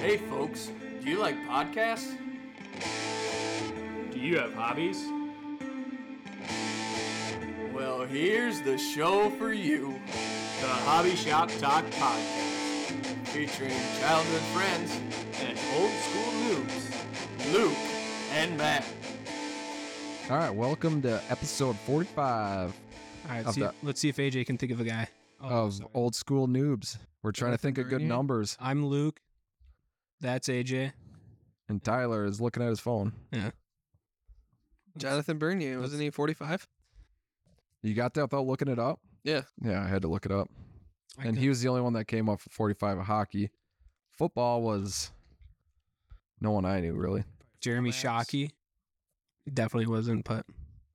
Hey, folks, do you like podcasts? Do you have hobbies? Well, here's the show for you The Hobby Shop Talk Podcast featuring childhood friends and Old School Noobs. Luke and Matt. All right, welcome to episode 45 All right, of see, the- let's see if AJ can think of a guy. Oh, of sorry. Old School Noobs. We're trying to think of good Jonathan Bernier. numbers, I'm Luke. That's AJ. and Tyler is looking at his phone. Jonathan Bernier, wasn't he 45? You got that without looking it up? Yeah. Yeah, I had to look it up. I And could- he was the only one that came up for 45 of hockey. Football was no one I knew, really. Jeremy Relax. Shockey. Definitely wasn't, but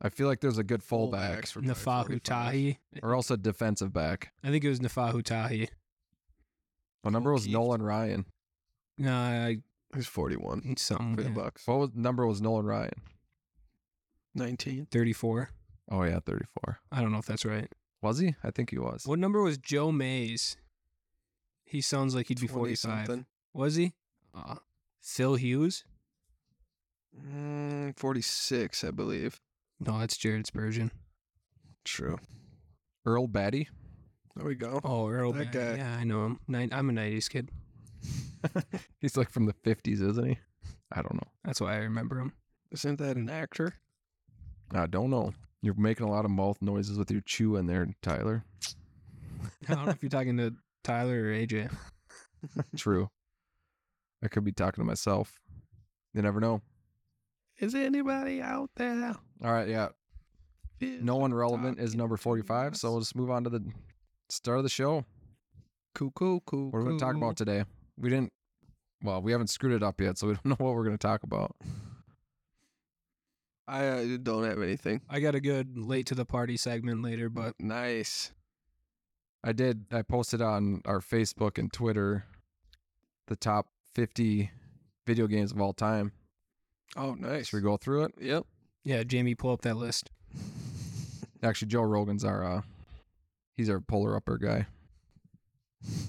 I feel like there's a good fullback Fullbacks were probably Nafahu 45. Tahi. or else a defensive back. I think it was Nafahu Tahi. What number was O'Keefe. Nolan Ryan? Uh, He's 41. Mm, something For the yeah, Bucks. What was, number was Nolan Ryan? 19. 34. Oh, yeah, 34. I don't know if that's right. Was he? I think he was. What number was Joe Mays? He sounds like he'd be 45. Was he? Uh, Phil Hughes? Mm, 46, I believe. No, that's Jared Spurgeon. True. Earl Batty? There we go. Oh, Earl. Bag- That guy. Yeah, I know him. Nine, I'm a 90s kid. He's like from the 50s, isn't he? I don't know. That's why I remember him. Isn't that an actor? I don't know. You're making a lot of mouth noises with your chew in there, Tyler. I don't know if you're talking to Tyler or AJ. True. I could be talking to myself. You never know. Is anybody out there? All right, yeah. Feel No one relevant is talking number 45, so us? we'll just move on to the start of the show. Cool, cool, cool. What are we going to talk about today? We didn't, well, we haven't screwed it up yet, so we don't know what we're going to talk about. I uh, don't have anything. I got a good late to the party segment later, but Nice. I did, I posted on our Facebook and Twitter the top 50 video games of all time. Oh, nice. Should we go through it? Yep. yeah, Jamie, pull up that list. Actually, Joe Rogan's our uh, he's our polar upper guy.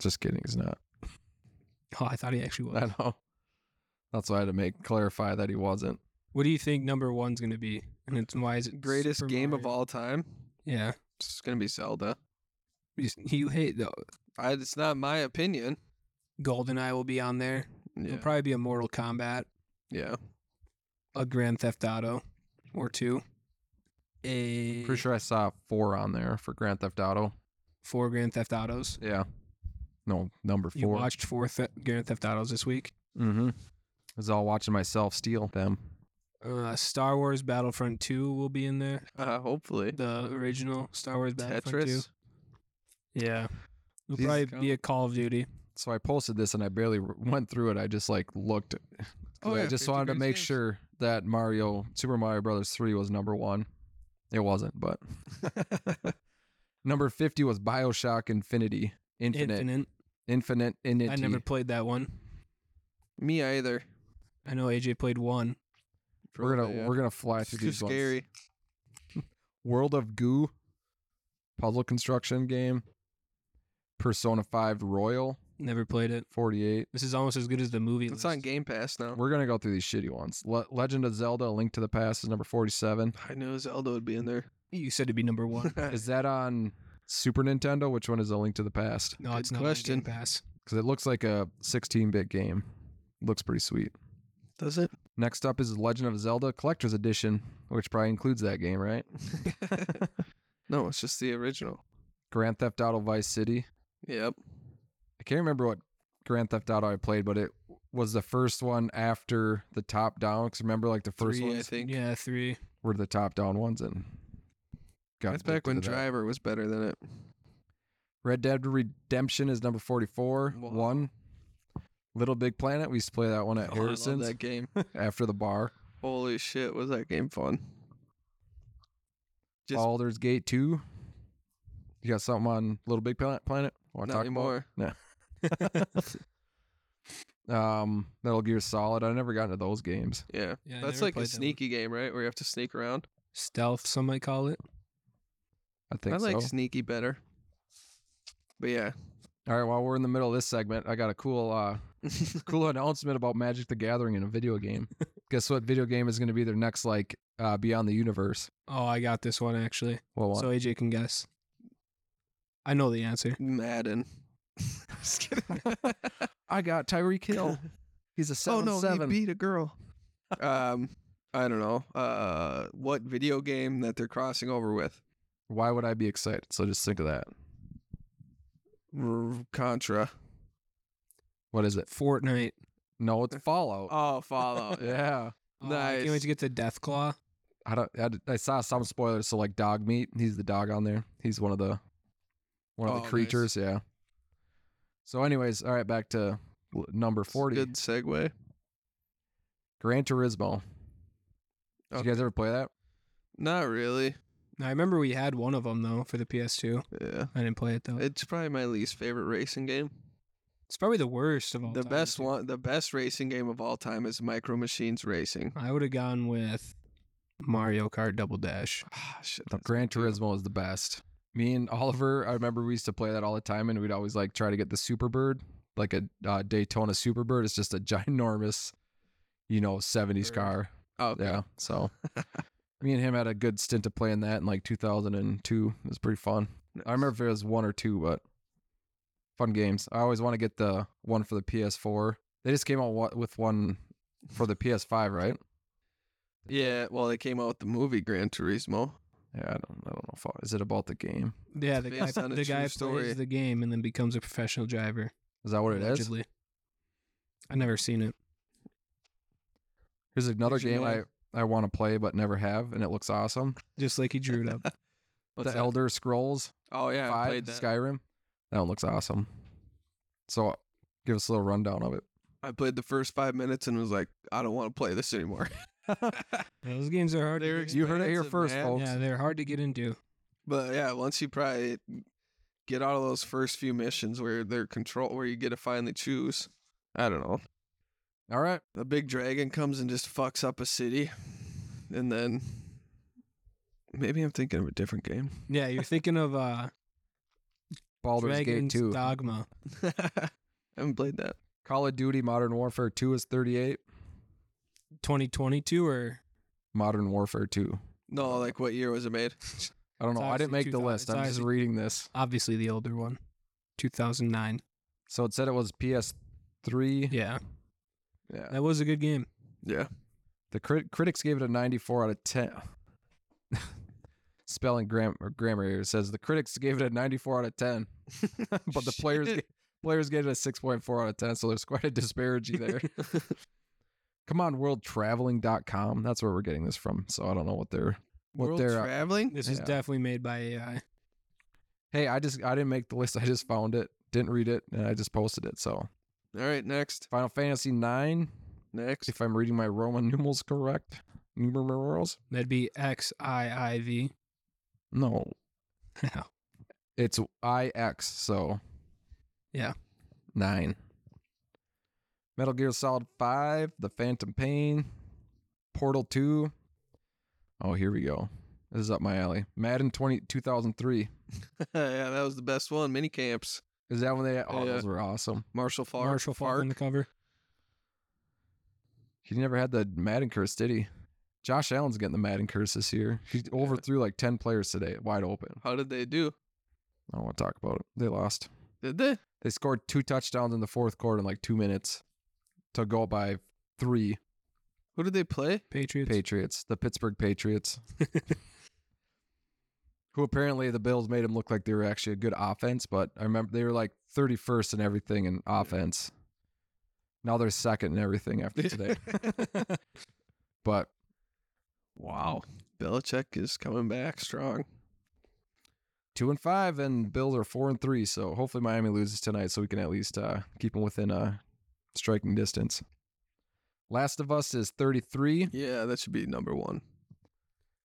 Just kidding, he's not. Oh, I thought he actually was. I know. That's why I had to make clarify that he wasn't. What do you think number one's gonna be? And it's why is it Greatest Super game of Mario? all time. Yeah, It's going to be Zelda. you, s- you hate though. I, it's not my opinion. GoldenEye will be on there. Yeah. It'll probably be a Mortal Kombat, yeah. a Grand Theft Auto, or two. A Pretty sure I saw four on there for Grand Theft Auto. four Grand Theft Autos. Yeah. No, number You four. watched four th- Grand Theft Autos this week. mm-hmm. I was all watching myself steal them. Uh, Star Wars Battlefront Two will be in there. Uh, hopefully. The original Star Wars Battlefront Two. Tetris. Yeah. It'll These- probably be a Call of Duty. So I posted this and I barely r- went through it. I just like looked. Oh, 'cause I Oh, yeah, just 50 wanted to greatest make games. sure that Mario Super Mario Brothers 3 was number 1. It wasn't, but number 50 was BioShock Infinity. Infinite. Infinite. Infinite. Infinite. Infinity. I never played that one. Me either. I know AJ played one. we're going to Probably, yeah. we're going to fly It's through too these ones. scary. World of Goo puzzle construction game. Persona 5 Royal Never played it. 48. This is almost as good as the movie. list. It's on Game Pass now. We're going to go through these shitty ones. Le- Legend of Zelda: A Link to the Past is number 47. I knew Zelda would be in there. You said to be number one. Is that on Super Nintendo? Which one is A Link to the Past? No, Good it's not. question. On Game Pass. because it looks like a 16-bit game. Looks pretty sweet. Does it? Next up is Legend of Zelda Collector's Edition, which probably includes that game, right? no, it's just the original. Grand Theft Auto Vice City. Yep. I can't remember what Grand Theft Auto I played, but it was the first one after the top-down. Because remember, like the first Three, I ones think. Yeah, three. were the top-down ones, and got That's back addicted when to that. Driver was better than it. Red Dead Redemption is number 44. Wow. One. Little Big Planet. We used to play that one at Oh, I love Harrison's that game. after the bar. Holy shit, was that game fun? Just- Baldur's Gate 2. You got something on Little Big Pla- Planet? Want Not anymore. Um, Metal Gear Solid. I never got into those games. Yeah. Yeah, I That's never played like a that one. sneaky game, right? Where you have to sneak around. Stealth, some might call it. I I, think like so. sneaky better. But yeah, All right, while we're in the middle of this segment, I got a cool uh cool announcement about Magic the Gathering in a video game. Guess what video game is going to be their next like uh Beyond the Universe? Oh, I got this one actually. Well, what? So AJ can guess. I know the answer. Madden. Just kidding. I got Tyree Kill. He's a oh seven no, seven. he beat a girl. um, I don't know. Uh, what video game that they're crossing over with? Why would I be excited? So just think of that. R- Contra. What is it? Fortnite. No, it's Fallout. Oh, Fallout. yeah, Oh, I can't wait Nice. to get to Deathclaw. I don't. I, d- I saw some spoilers. So like dog meat. He's the dog on there. He's one of the one of Oh, the nice. creatures. Yeah. So, anyways, all right, back to l- number forty. Good segue. Gran Turismo. Did Okay. you guys ever play that? Not really. Now, I remember we had one of them though for the PS2. Yeah. I didn't play it though. It's probably my least favorite racing game. It's probably the worst of all. The time, best too. one, the best racing game of all time is Micro Machines Racing. I would have gone with Mario Kart Double Dash. Ah, shit. The that's Gran not good. Turismo is the best. Me and Oliver, I remember we used to play that all the time, and we'd always like try to get the Superbird, like a uh, Daytona Superbird. It's just a ginormous, you know, '70s Bird. car. Oh, okay. Yeah. So me and him had a good stint of playing that in like 2002. It was pretty fun. I remember if it was one or two, but fun games. I always want to get the one for the PS4. They just came out wa- with one for the PS5, right? Yeah, well, they came out with the movie Gran Turismo. Yeah, I don't, I don't know. If, is it about the game? Yeah, the guy, based on a the guy true plays story. the game and then becomes a professional driver. Is that what it is? allegedly. I never seen it. Here's another Did you game I, know- I want to play but never have, and it looks awesome. Just like he drew it up. What's the that? Elder Scrolls Oh yeah, I Five played that. Skyrim. That one looks awesome. So give us a little rundown of it. I played the first five minutes and was like, I don't want to play this anymore. Those games are hard. They were to get You heard it here expensive, first, man. folks. Yeah, they're hard to get into. But yeah, once you probably get out of those first few missions where they're control, where you get to finally choose, I don't know. All right. The big dragon comes and just fucks up a city, and then maybe I'm thinking of a different game. Yeah, you're thinking of uh Baldur's Dragon's Gate 2. Dogma. I haven't played that. Call of Duty Modern Warfare 2 is 38. 2022 or Modern Warfare 2. No, like what year was it made? I don't It's know. I didn't obviously make the 2000 list. it's I'm just obviously- reading this. obviously the older one. 2009. So it said it was PS3. Yeah. Yeah. That was a good game. Yeah, The crit- critics gave it a 94 out of 10. Spelling gram- or grammar here It says the critics gave it a 94 out of 10, but the players Shit. ga- players gave it a 6.4 out of 10. So there's quite a disparity there. Come on, worldtraveling.com. That's where we're getting this from. So I don't know what they're what World they're. uh, traveling. This is Yeah. definitely made by AI. hey, I just I didn't make the list. I just found it, didn't read it, and I just posted it. So All right, next, Final Fantasy 9, next. if I'm reading my Roman numerals correct. Numerals? That'd be X I I V. No, Wow. it's IX, so. Yeah. Nine. Metal Gear Solid 5, The Phantom Pain, Portal 2. Oh, here we go. This is up my alley. Madden 20, 2003. yeah, that was the best one. Mini camps. Is that when they. Oh, Yeah. those were awesome. Marshall Fark. Marshall Falk on the cover. He never had the Madden curse, did he? Josh Allen's getting the Madden curse this year. He overthrew like 10 players today, wide open. How did they do? I don't want to talk about it. They lost. Did they? They scored two touchdowns in the fourth quarter in like two minutes to go up by three. Who did they play? Patriots. Patriots, the Pittsburgh Patriots, who apparently the Bills made them look like they were actually a good offense, but I remember they were like 31st in everything in offense. Now they're second in everything after today. but wow. Belichick is coming back strong. two and five, and Bills are four and three. So hopefully Miami loses tonight, so we can at least uh, keep them within uh, striking distance. Last of Us is 33. Yeah, that should be number one.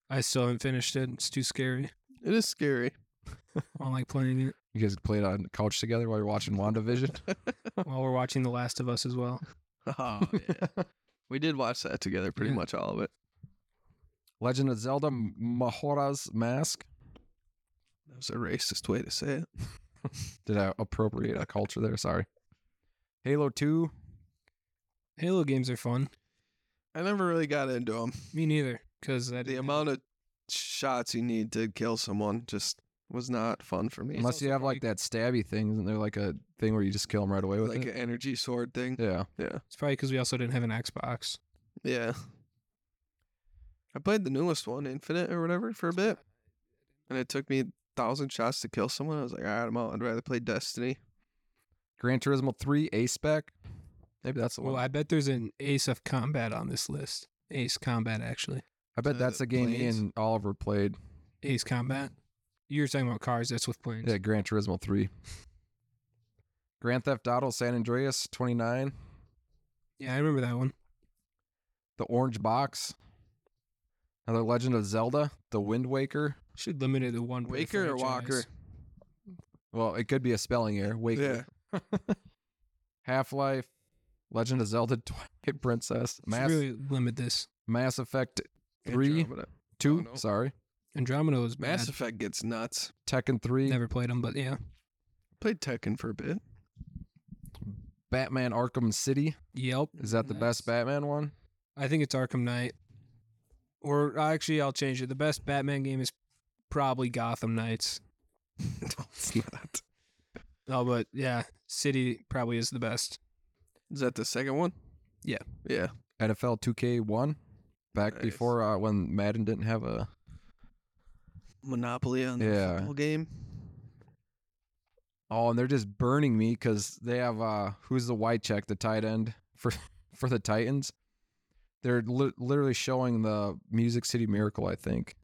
I still haven't finished it. It's too scary. It is scary. I don't like playing it. You guys played on the couch together while you're watching WandaVision. While we're watching The Last of Us as well. Oh, yeah. we did watch that together, pretty Yeah. much all of it. Legend of Zelda M- Majora's Mask. That was a racist way to say it. Did I appropriate a culture there? Sorry. Halo 2. Halo games are fun. I never really got into them. Me neither, because The amount of shots you need to kill someone just was not fun for me. Unless Unless- you have like that stabby thing, isn't there like a thing where you just kill them right away with Like it? an energy sword thing. Yeah. it's probably because we also didn't have an Xbox. Yeah. I played the newest one, Infinite or whatever, for a bit. And it took me a thousand shots to kill someone. I was like, all right, I'm out. I'd rather play Destiny. Gran Turismo 3 A spec. Maybe that's the one. Well, I bet there's an Ace of Combat on this list. Ace Combat, actually. I bet uh, that's a game me planes. and Oliver played. Ace Combat. You're talking about cars. That's with planes. Yeah, Gran Turismo 3. Grand Theft Auto San Andreas 29. yeah I remember that one. The Orange Box. Another Legend of Zelda. The Wind Waker. Should limit it to one. per Waker or Walker? franchise. Well, it could be a spelling error. Waker. Yeah. Half Life, Legend of Zelda, Twilight Princess, Should Mass, really limit this. Mass Effect 3, Andromeda. 2, no. sorry, Andromeda was Mass bad. Effect gets nuts. Tekken 3, Never played them, but yeah. Played Tekken for a bit. Batman Arkham City. Yelp. Is that the best Nice. Batman one? I think it's Arkham Knight. Or uh, actually, I'll change it. The best Batman game is probably Gotham Knights. no, it's not. Oh, but yeah, City probably is the best. Is that the second one? Yeah. Yeah. NFL 2K1, back Nice. before uh, when Madden didn't have a. Monopoly on the Yeah. football game. Oh, and they're just burning me because they have uh, who's the white check, the tight end for for the Titans. They're li- literally showing the Music City Miracle, I think.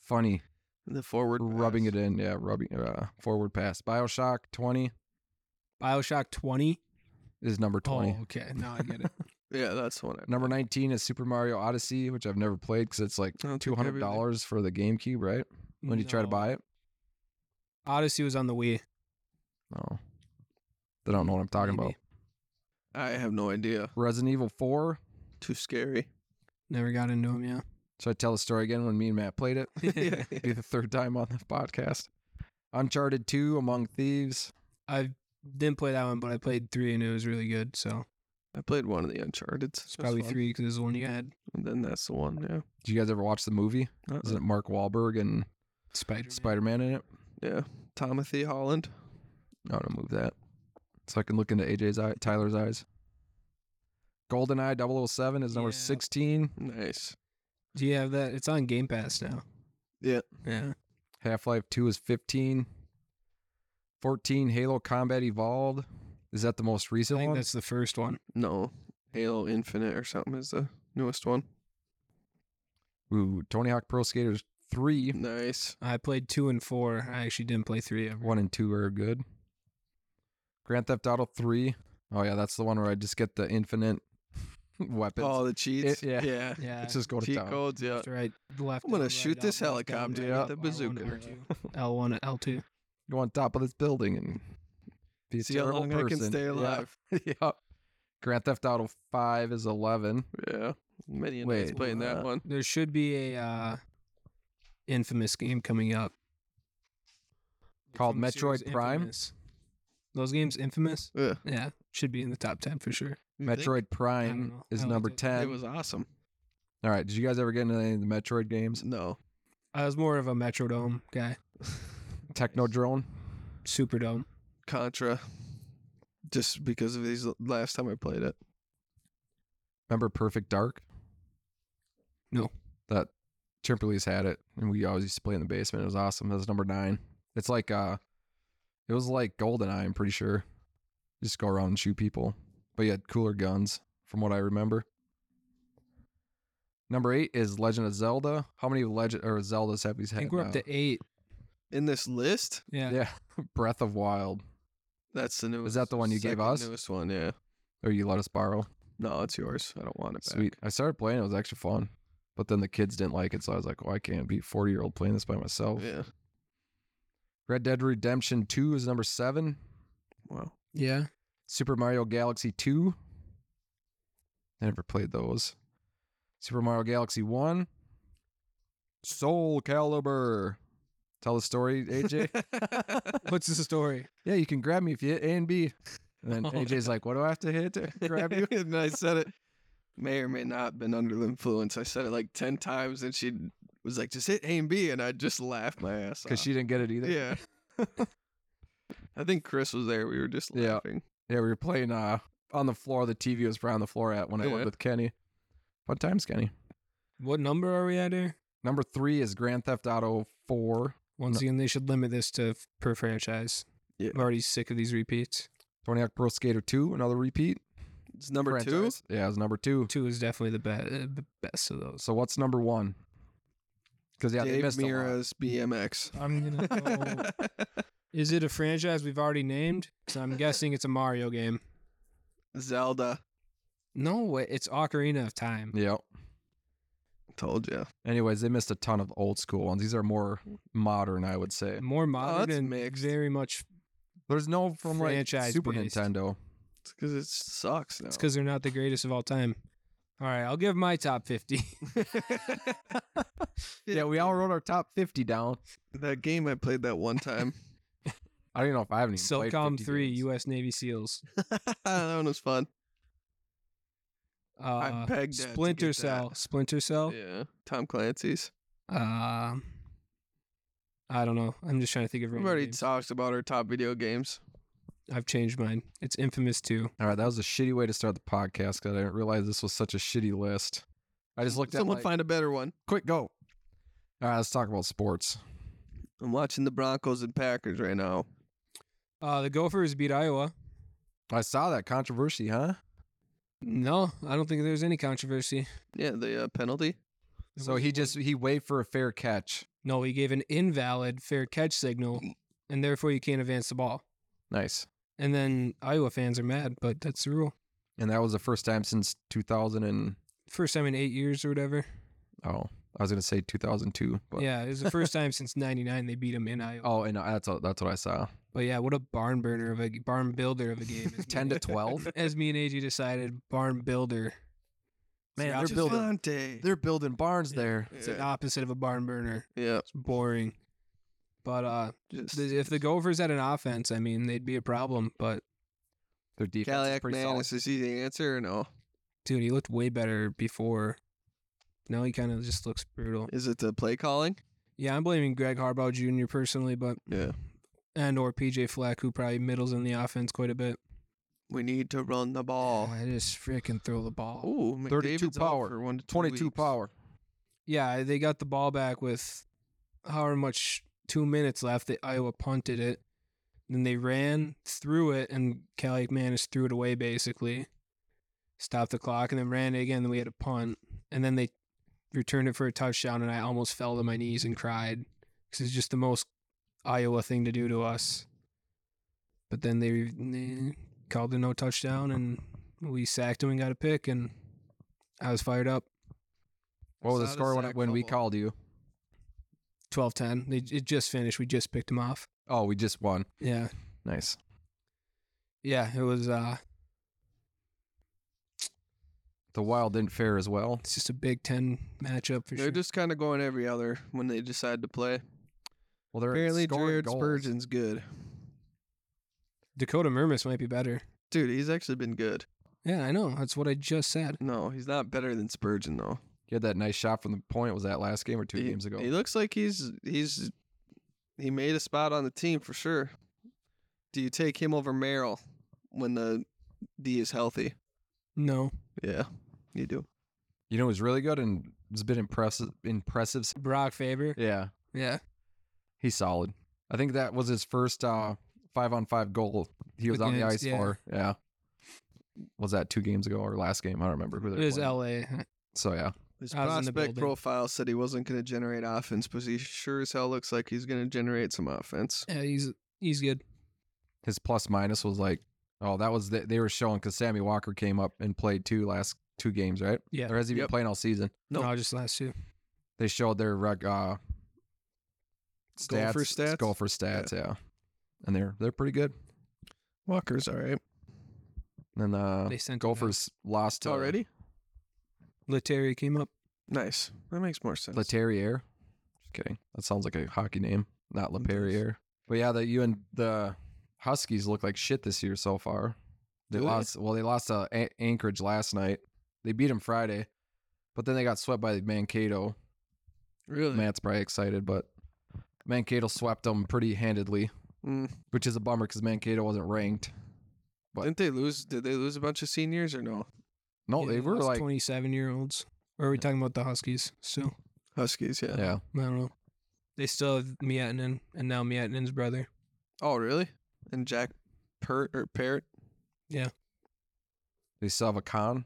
Funny. the forward. rubbing it in. Yeah, rubbing uh, forward pass. Bioshock 20 Bioshock 20. is number 20. Oh, okay. Now I get it. in. Yeah, that's the one. I- Number 19 is Super Mario Odyssey, which I've never played because it's like I don't think I ever did. $200 for the GameCube, right? When you try to No. buy it. Odyssey was on the Wii. No. They don't know what I'm talking Maybe. about. I have no idea. Resident Evil 4. Too scary. Never got into them, yeah. Should I tell the story again when me and Matt played it? yeah, yeah. Be the third time on the podcast. Uncharted 2, Among Thieves. I didn't play that one, but I played three and it was really good. So I played one of the Uncharted. it's probably three because it was the one you had. And then that's the one. Yeah. Did you guys ever watch the movie? Uh-uh. Isn't Uh, it Mark Wahlberg and Spider. Spider Man in it? Yeah. Timothy Holland. I'm gonna move that so I can look into AJ's eye, Tyler's eyes. GoldenEye 007 is number Yeah. 16. Nice. Do you have that? It's on Game Pass now. Yeah. Yeah. Half Life 2 is 15. 14 Halo Combat Evolved. Is that the most I recent think one? that's the first one. No. Halo Infinite or something is the newest one. Ooh, Tony Hawk Pro Skaters 3. Nice. I played two and four. I actually didn't play three ever. 1 and 2 are good. Grand Theft Auto 3. Oh, yeah, that's the one where I just get the infinite weapons. All the cheats. yeah. Oh, Yeah. Yeah. Let's just go to Cheat town. codes. Yeah. After I left, I'm gonna right shoot up, this left down, helicopter right with up, a R1, bazooka. R2, L1 and L2. Go on top of this building and be a See how terrible long person. I can stay Yeah. alive. yep. Grand Theft Auto 5 is 11. Yeah. Many a nights Wait, Uh, playing that what? one. There should be a uh, infamous game coming up Called From the series Metroid Prime? Infamous. Those games, Infamous. Yeah. Yeah, should be in the top ten for sure. Metroid don't Prime know. I is liked number it. It 10. It was awesome. All right. Did you guys ever get into any of the Metroid games? No. I was more of a Metrodome guy, Technodrome? Superdome. Contra. Just because of these last time I played it. Remember Perfect Dark? No. That Trimperley's had it, and we always used to play in the basement. It was awesome. That was number nine. It's like, uh, it was like GoldenEye, I'm pretty sure. Just go around and shoot people. But you had cooler guns, from what I remember. Number eight is Legend of Zelda. How many Legend or Zeldas have we had? I think we're now? up to eight. In this list, Yeah. Yeah. Breath of Wild. that's the newest. that the one you gave second us? Newest one, yeah. Or Oh, you let us borrow. No, it's yours. I don't want it back. Sweet. I started playing. It was actually fun. But then the kids didn't like it. So I was like, well, I can't be 40 year old playing this by myself. Yeah. Red Dead Redemption 2 is number seven. Wow. Yeah. Super Mario Galaxy 2. I never played those. Super Mario Galaxy 1. Soul Calibur. Tell the story, AJ. What's the story? yeah, you can grab me if you hit A and B. And then Oh, AJ's like, "What do I have to hit to grab you?" and I said it may or may not been under the influence. I said it like ten times, and she was like, "Just hit A and B," and I just laughed my ass off. Because she didn't get it either. yeah. I think Chris was there. We were just Yeah. laughing. Yeah, we were playing uh on the floor. The TV was right on the floor at when I Yeah. lived with Kenny. What times, Kenny? What number are we at here? Number three is Grand Theft Auto Four. Once No. again, they should limit this to f- per franchise. Yeah. I'm already sick of these repeats. Tony Hawk Pro Skater Two, another repeat. It's number franchise. Yeah, it was number two. Two is definitely the best, uh, the best of those. So what's number one? Because two. yeah, they Dave missed a lot. Oh. Mira's BMX. I'm gonna. Go. is it a franchise we've already named? So I'm guessing it's a Mario game. Zelda. No way, it's Ocarina of Time. Yeah. Told you. Anyways, they missed a ton of old school ones. These are more modern, I would say. More modern Oh, that's and mixed. Oh. very much. There's no from like Franchise Super based. Nintendo. It's because it sucks now. It's because they're not the greatest of all time. All right, I'll give my top fifty. Yeah, we all wrote our top 50 down. that game I played that one time. I don't even know if I haven't even played Silcom 50 Three, games. U.S. Navy SEALs. that one was fun. Uh, begged Dad to get Splinter that. Cell. Splinter Oh. Cell. Yeah. Tom Clancy's. Um, I don't know. I'm just trying to think of. We've random already games. talked about our top video games. I've changed mine. It's Infamous Two. All right, that was a shitty way to start the podcast because I didn't realize this was such a shitty list. I just looked Someone at like, find a better one. quick go. All right, let's talk about sports. I'm watching the Broncos and Packers right now. Uh, the Gophers beat Iowa. I saw that controversy, huh? No, I don't think there's any controversy. Yeah, the uh, penalty. There So was- he just he waved for a fair catch. no, he gave an invalid fair catch signal, and therefore you can't advance the ball. Nice. And then Iowa fans are mad, but that's the rule. And that was the first time since 2000 and First time in eight years or whatever. oh, I was gonna say 2002, but Yeah, it was the first time since '99 they beat him in Iowa. Oh, and that's all, that's what I saw. But yeah, what a barn burner of a g- barn builder of a game. as me Ten and- to twelve. As me and AJ decided, barn builder. Man, It's they're building Javante. they're building barns there. It's the Yeah. opposite of a barn burner. yeah. It's boring. But uh, Just th- if the Gophers had an offense, I mean, they'd be a problem. But Their defense is Cadillac pretty man, solid. is he the answer or no? dude, he looked way better before. Now he kind of just looks brutal. Is it the play calling? Yeah, I'm blaming Greg Harbaugh Jr. personally, but Yeah. and or PJ Flack, who probably middles in the offense quite a bit. We need to run the ball. I just freaking throw the ball. Oh, 32 power. For one to two 22 weeks. power. yeah, they got the ball back with however much two minutes left. They Iowa punted it. Then they ran through it, and Cal McManus threw it away basically. Stopped the clock and then ran it again. Then we had a punt, and then they returned it for a touchdown. And I almost fell to my knees and cried because it's just the most Iowa thing to do to us. But then they, they called a no touchdown, and we sacked him and got a pick, and I was fired up. What was the Saw the score when, sack when we fumble. called you? 12 10. They, it just finished. We just picked him off. Oh, we just won. Yeah. Nice. Yeah. It was uh, The Wild didn't fare as well. it's just a Big 10 matchup for They're sure. just kind of going every other when they decide to play. Well, they're Apparently, scoring Jared goals. Spurgeon's good. Dakota Murmis might be better. Dude, he's actually been good. Yeah, I know. That's what I just said. No, he's not better than Spurgeon though. He had that nice shot from the point. Was that last game or two he, games ago? He looks like he's he's he made a spot on the team for sure. Do you take him over Merrill when the D is healthy? No. Yeah, you do. you know, who's really good and has been impressive. Impressive. s- Brock Faber. Yeah, Yeah. he's solid. I think that was his first uh, five on five goal. He was on the Against- ice yeah. for. Yeah. Was that two games ago or last game? I don't remember. Who It they was played. LA. So yeah, His I was in the prospect building. profile said he wasn't going to generate offense, but he sure as hell looks like he's going to generate some offense. Yeah, he's he's good. his plus minus was like, oh, that was the, they were showing because Sammy Walker came up and played two last two games, right? Yeah. Or has he been Yep. playing all season? No, No. just last two. They showed their rec, uh, stats, Gopher stats? Gopher stats, yeah. And they're they're pretty good. Walker's all right And uh, They sent him Gophers lost to already. back. Letary came up. Nice. That makes more sense. Leterrier. Just kidding. That sounds like a hockey name. not LePerrier. But yeah, that you and the Huskies look like shit this year so far. They Do they? lost. Well, they lost to An- Anchorage last night. They beat them Friday, but then they got swept by Mankato. Really? Matt's probably excited, but Mankato swept them pretty handedly, Mm. which is a bummer because Mankato wasn't ranked. But- Didn't they lose? Did they lose a bunch of seniors or no? No, Oh, they were like, 27 year olds. Or are we talking about the Huskies still? Huskies, yeah. yeah, I don't know. They still have Miatinen and now Miatinen's brother. Oh, really? And Jack Pert or Parrot? they still have a con.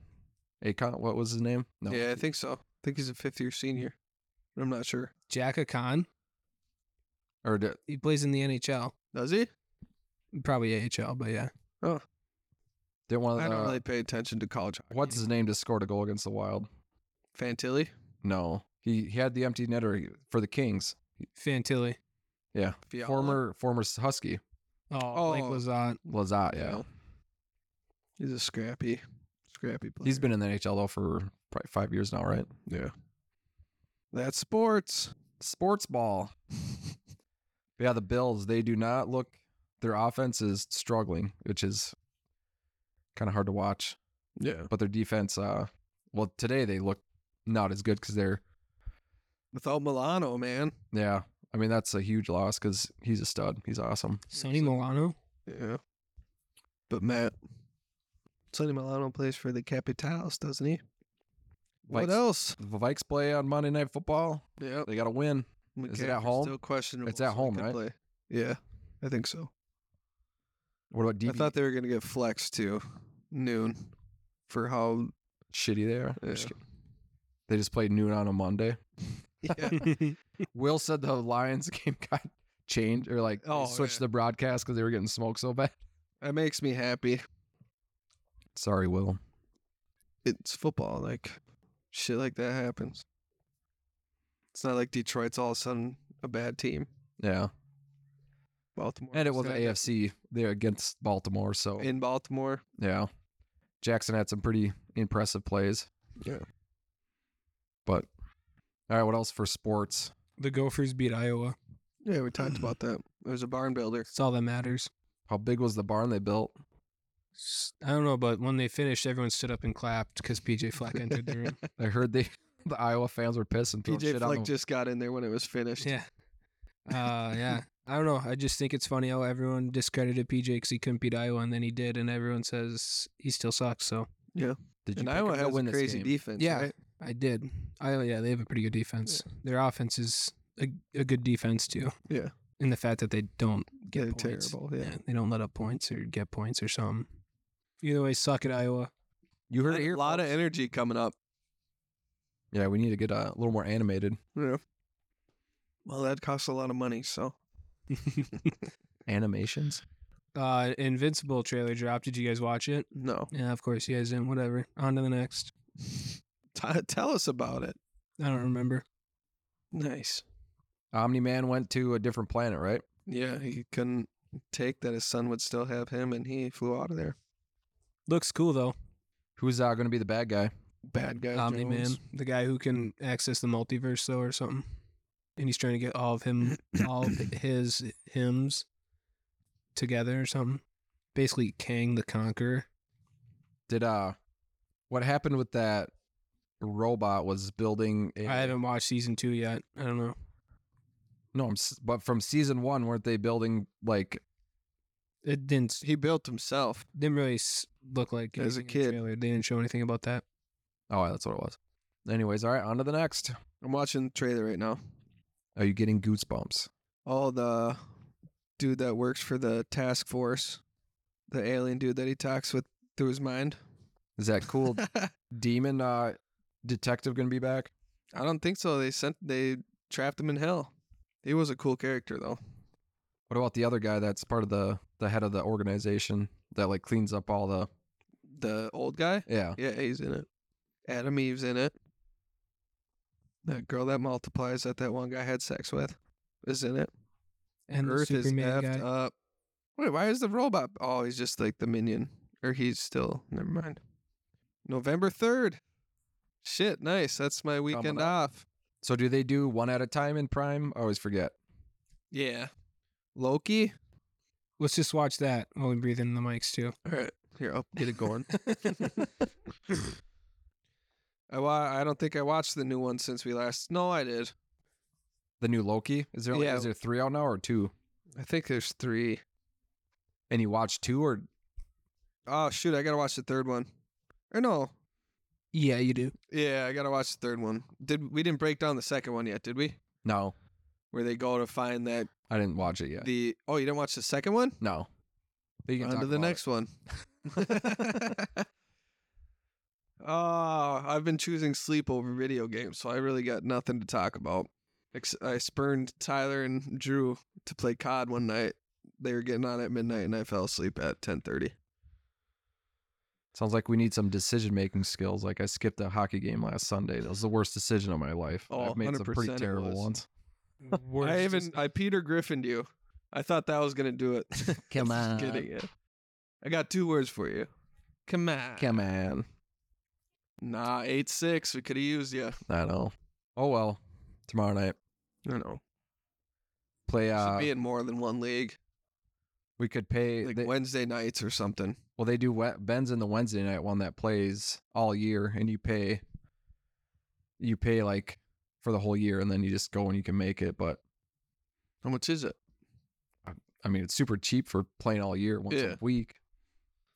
Akon, what was his name? No, Yeah, I think so. I think he's a fifth year senior. I'm not sure. Jack Khan. or did, He plays in the NHL. Does he? Probably AHL, but yeah. did one I of the, don't really pay attention to college hockey. Uh, what's his name just scored a goal against the Wild? Fantilli? No, he he had the empty netter for the Kings. Fantilli. Yeah, Fiala? former former Husky Oh, Blake Oh. Lazat. Lazat. Yeah, He's a scrappy, scrappy player. he's been in the NHL though for probably five years now, right? yeah. That's sports. Sports ball. But yeah, the Bills they do not look. Their offense is struggling, which is kind of hard to watch. Yeah. But their defense, uh, well, today they look not as good because they're Without Milano, man. yeah. I mean that's a huge loss because he's a stud. He's awesome. Sonny Milano. Yeah. But Matt, Sonny Milano plays for the Capitals, doesn't he? What Vikes- else? The Vikes play on Monday Night Football. Yeah. They got to win. Is it at home? Still questionable. It's at he home, could right? Play. Yeah, I think so. What about DV? I thought they were gonna get flexed to noon for how. shitty they are. Yeah. Just kidding. They just played noon on a Monday. Yeah. Will said the Lions game got changed or like they Oh, switched yeah. the broadcast because they were getting smoked so bad. that makes me happy. Sorry, Will. It's football, like shit like that happens. It's not like Detroit's all of a sudden a bad team. Yeah, Baltimore, and it just was the had that AFC. They're against Baltimore, so in Baltimore. yeah. Jackson had some pretty impressive plays. Yeah. but all right. What else for sports? the Gophers beat Iowa. Yeah, we talked about that. It was a barn builder. That's all that matters. How big was the barn they built? S- I don't know, but when they finished, everyone stood up and clapped because PJ Fleck entered the room. I heard they the Iowa fans were pissed and throwing PJ shit Fleck on the, just got in there when it was finished. Yeah. Uh, yeah. I don't know. I just think it's funny how everyone discredited PJ because he couldn't beat Iowa, and then he did, and everyone says he still sucks. So Did you And pick Iowa them to has win a this crazy game? defense. Yeah. right? I did. Iowa, yeah, they have a pretty good defense. Their offense is a, a good defense too. Yeah. In the fact that they don't get They're points. terrible. Yeah. they don't let up points or get points or something. Either way, suck at Iowa. You heard it here. A lot of folks. energy coming up. Yeah, we need to get uh, a little more animated. Yeah. Well, that costs a lot of money, so Animations. Uh, Invincible trailer dropped. Did you guys watch it? no. Yeah, of course you guys didn't. Whatever. On to the next. T- tell us about it. I don't remember. Nice. Omni Man went to a different planet, right? Yeah, he couldn't take that his son would still have him, and he flew out of there. Looks cool though. Who's uh, going to be the bad guy? Bad guy. Omni Man, Jones. the guy who can access the multiverse though, or something. And he's trying to get all of him, all of his hymns together or something. Basically, Kang the Conqueror. Did uh, what happened with that robot was building? A, I haven't watched season two yet. I don't know. No, I'm, s- but from season one, weren't they building like? It didn't He built himself. didn't really s- look like As anything a in the kid. trailer. They didn't show anything about that. Oh, that's what it was. Anyways, all right, on to the next. I'm watching the trailer right now. Are you getting goosebumps? All the dude that works for the task force, the alien dude that he talks with through his mind. Is that cool I demon uh, detective going to be back? don't think so. They sent. They trapped him in hell. He was a cool character though. What about the other guy that's part of the the head of the organization that like cleans up all the? The old guy. Yeah, Yeah, he's in it. Adam Eve's in it. That girl that multiplies that that one guy had sex with is in it. And the Earth is Superman effed guy. up. Wait, why is the robot? Oh, he's just like the minion, or he's still. Never mind. November third. Shit, nice. That's my weekend up. off. So do they do one at a time in Prime? I always forget. Yeah. Loki. Let's just watch that while we breathe in the mics too. All right, here I'll get it going. I wa- I don't think I watched the new one since we last. No, I did. The new Loki. Is there like, Yeah. is there three out now or two? I think there's three. And you watch two or Oh shoot, I gotta watch the third one. Or no, Yeah, you do. yeah, I gotta watch the third one. Did we didn't break down the second one yet? Did we? no? Where they go to find that I didn't watch it yet. the oh you didn't watch the second one? no. But you can On to talk the about it. next one. oh, I've been choosing sleep over video games, so I really got nothing to talk about. Ex- I spurned Tyler and Drew to play COD one night. They were getting on at midnight, and I fell asleep at ten thirty. Sounds like we need some decision making skills. Like I skipped a hockey game last Sunday. That was the worst decision of my life. Oh, I've made some 100% pretty it terrible was. ones. Worst I is- even I Peter Griffined you. I thought that was gonna do it. Come Just kidding, yeah. I got two words for you. Come on. Come on. Nah, eight six. We could have used you. I know. Oh well. Tomorrow night I know. play. Should Uh, be in more than one league, we could pay. like they- Wednesday nights or something. Well, they do we- Ben's in the Wednesday night one that plays all year, and you pay, you pay like for the whole year, and then you just go and you can make it. But How much is it? I mean, it's super cheap for playing all year once Yeah. a week.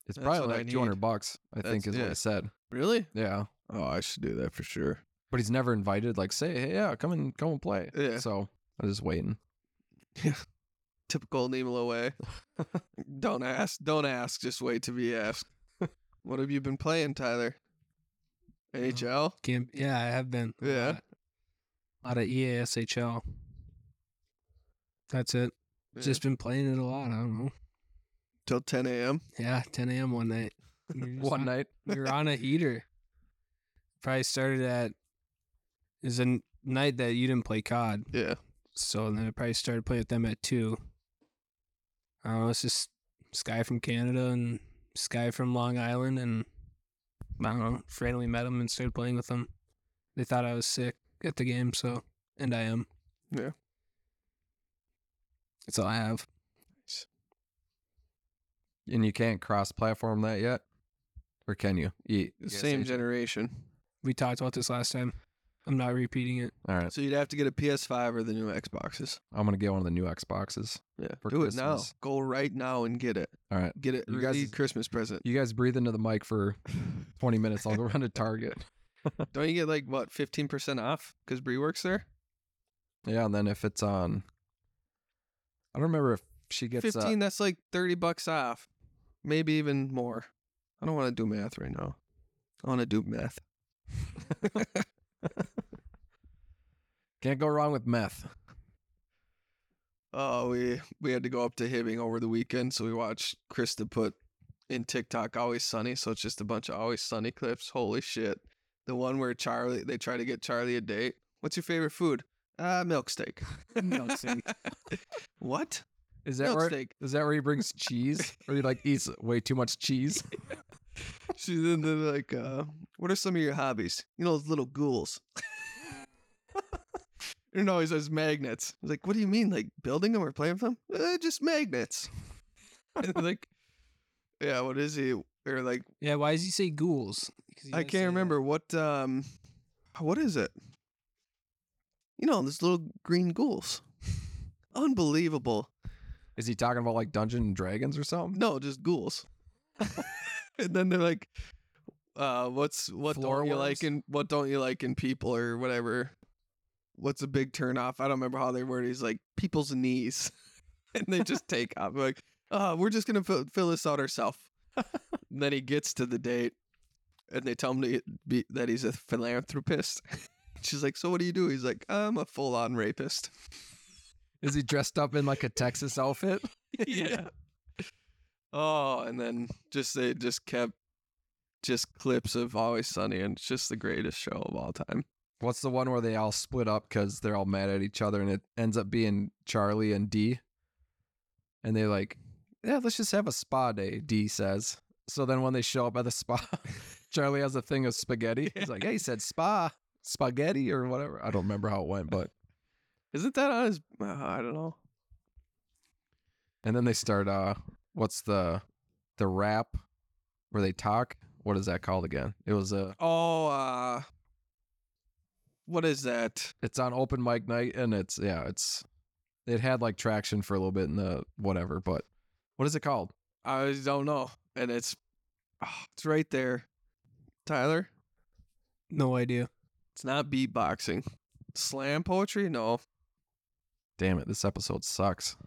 It's That's probably what I like two hundred need. bucks, I That's- think, is what yeah. I said. Really? Yeah, Oh, I should do that for sure. but he's never invited. Like, say, hey, yeah, come and come and play. Yeah. So I'm just waiting. Typical Nemo way. don't ask. Don't ask. Just wait to be asked. what have you been playing, Tyler? Um, NHL? Can't, yeah, I have been. a Yeah. lot. A lot of EASHL. That's it. Yeah. Just been playing it a lot. I don't know. till 10 a.m. Yeah, 10 a.m. one night. We were just One on- night, We were on a heater. Probably started at. Is a n- night that you didn't play COD, Yeah. so then I probably started playing with them at two. I don't know. It's just Sky from Canada and Sky from Long Island, and I don't know. Randomly met them and started playing with them. They thought I was sick at the game, so and I am. Yeah. That's all I have. and you can't cross platform that yet, or can you? E- Same ESH. generation. We talked about this last time. I'm not repeating it. All right, So you'd have to get a PS5 or the new Xboxes. I'm gonna get one of the new Xboxes. Yeah. For do it now. Christmas. Go right now and get it. All right, Get it. You You guys- Christmas present. you guys breathe into the mic for 20 minutes. I'll go run to Target. Don't you get like what 15% off because Brie works there? Yeah, and then if it's on, I don't remember if she gets. uh, 15. That's like 30 bucks off, maybe even more. I don't want to do math right now. I want to do math. can't go wrong with meth. Oh, we we had to go up to Hibbing over the weekend, so we watched Krista put in TikTok "Always Sunny," so it's just a bunch of "Always Sunny" clips. Holy shit! The one where Charlie they try to get Charlie a date. What's your favorite food? Uh, milkshake. Milkshake. what? Is that where? Milkshake. Is that where he brings cheese, or he like eats way too much cheese? She's in the like. Uh, what are some of your hobbies? You know, those little ghouls. you know, he says magnets. I was like, what do you mean, like building them or playing with them? Uh, just magnets. And they're like, yeah. What is he? Or like, Yeah, why does he say ghouls? 'Cause he I does say uh that. can't remember what. um What is it? You know, those little green ghouls. Unbelievable. Is he talking about like Dungeon and Dragons or something? Um, No, just ghouls. and then they're like, uh, "What's what Floor don't you worms? like in what don't you like in people or whatever? What's a big turnoff? I don't remember how they word. it. He's like people's knees, and they just take off. We're like, uh, we're just gonna fill, fill this out ourselves. then he gets to the date, and they tell him to be, that he's a philanthropist. She's like, so what do you do? He's like, I'm a full on rapist. Is he dressed up in like a Texas outfit? yeah. Oh, and then just they just kept just clips of Always Sunny, and it's just the greatest show of all time. What's the one where they all split up because they're all mad at each other, and it ends up being Charlie and D. And they like, yeah, let's just have a spa day. D says. So then when they show up at the spa, Charlie has a thing of spaghetti. He's like, hey, he said spa spaghetti or whatever. I don't remember how it went, but Isn't that on his? Uh, I don't know. And then they start uh what's the the rap where they talk? What is that called again? It was a Oh, uh, what is that? it's on open mic night and it's yeah, it's it had like traction for a little bit in the whatever, but what is it called? I don't know. And it's ah, it's right there. Tyler, No idea. it's not beatboxing. Slam poetry? No. Damn it, this episode sucks.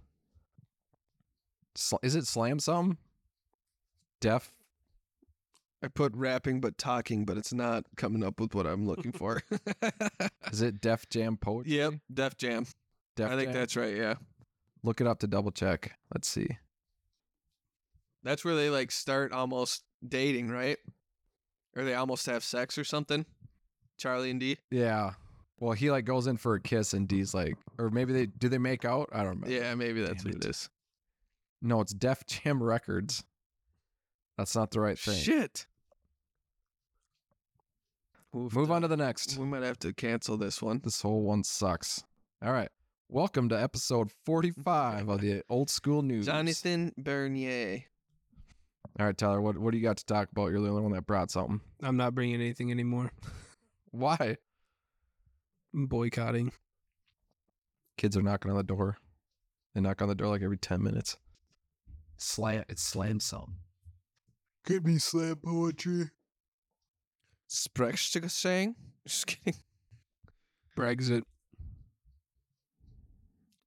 Sl- is it slam something? Deaf I put rapping but talking, but it's not coming up with what I'm looking for. is it Def Jam poetry? yep, Def Jam. Def I think Jam? that's right, yeah. look it up to double check. Let's see. That's where they like start almost dating, right? Or they almost have sex or something. Charlie and D. Yeah. Well, he like goes in for a kiss and D's like, or maybe they do they make out? I don't remember. Yeah, maybe that's Damn what it. it is. No, it's Def Jam Records. That's not the right thing. Shit. Oof, Move on the- to the next. We might have to cancel this one. This whole one sucks. All right. Welcome to episode 45 of the old school news. Jonathan Bernier. All right, Tyler, what, what do you got to talk about? You're the only one that brought something. I'm not bringing anything anymore. Why? I'm boycotting. Kids are knocking on the door. They knock on the door like every 10 minutes. Slam, it's slam song. Get me slam poetry. Sprechgesang? Just kidding. Brexit.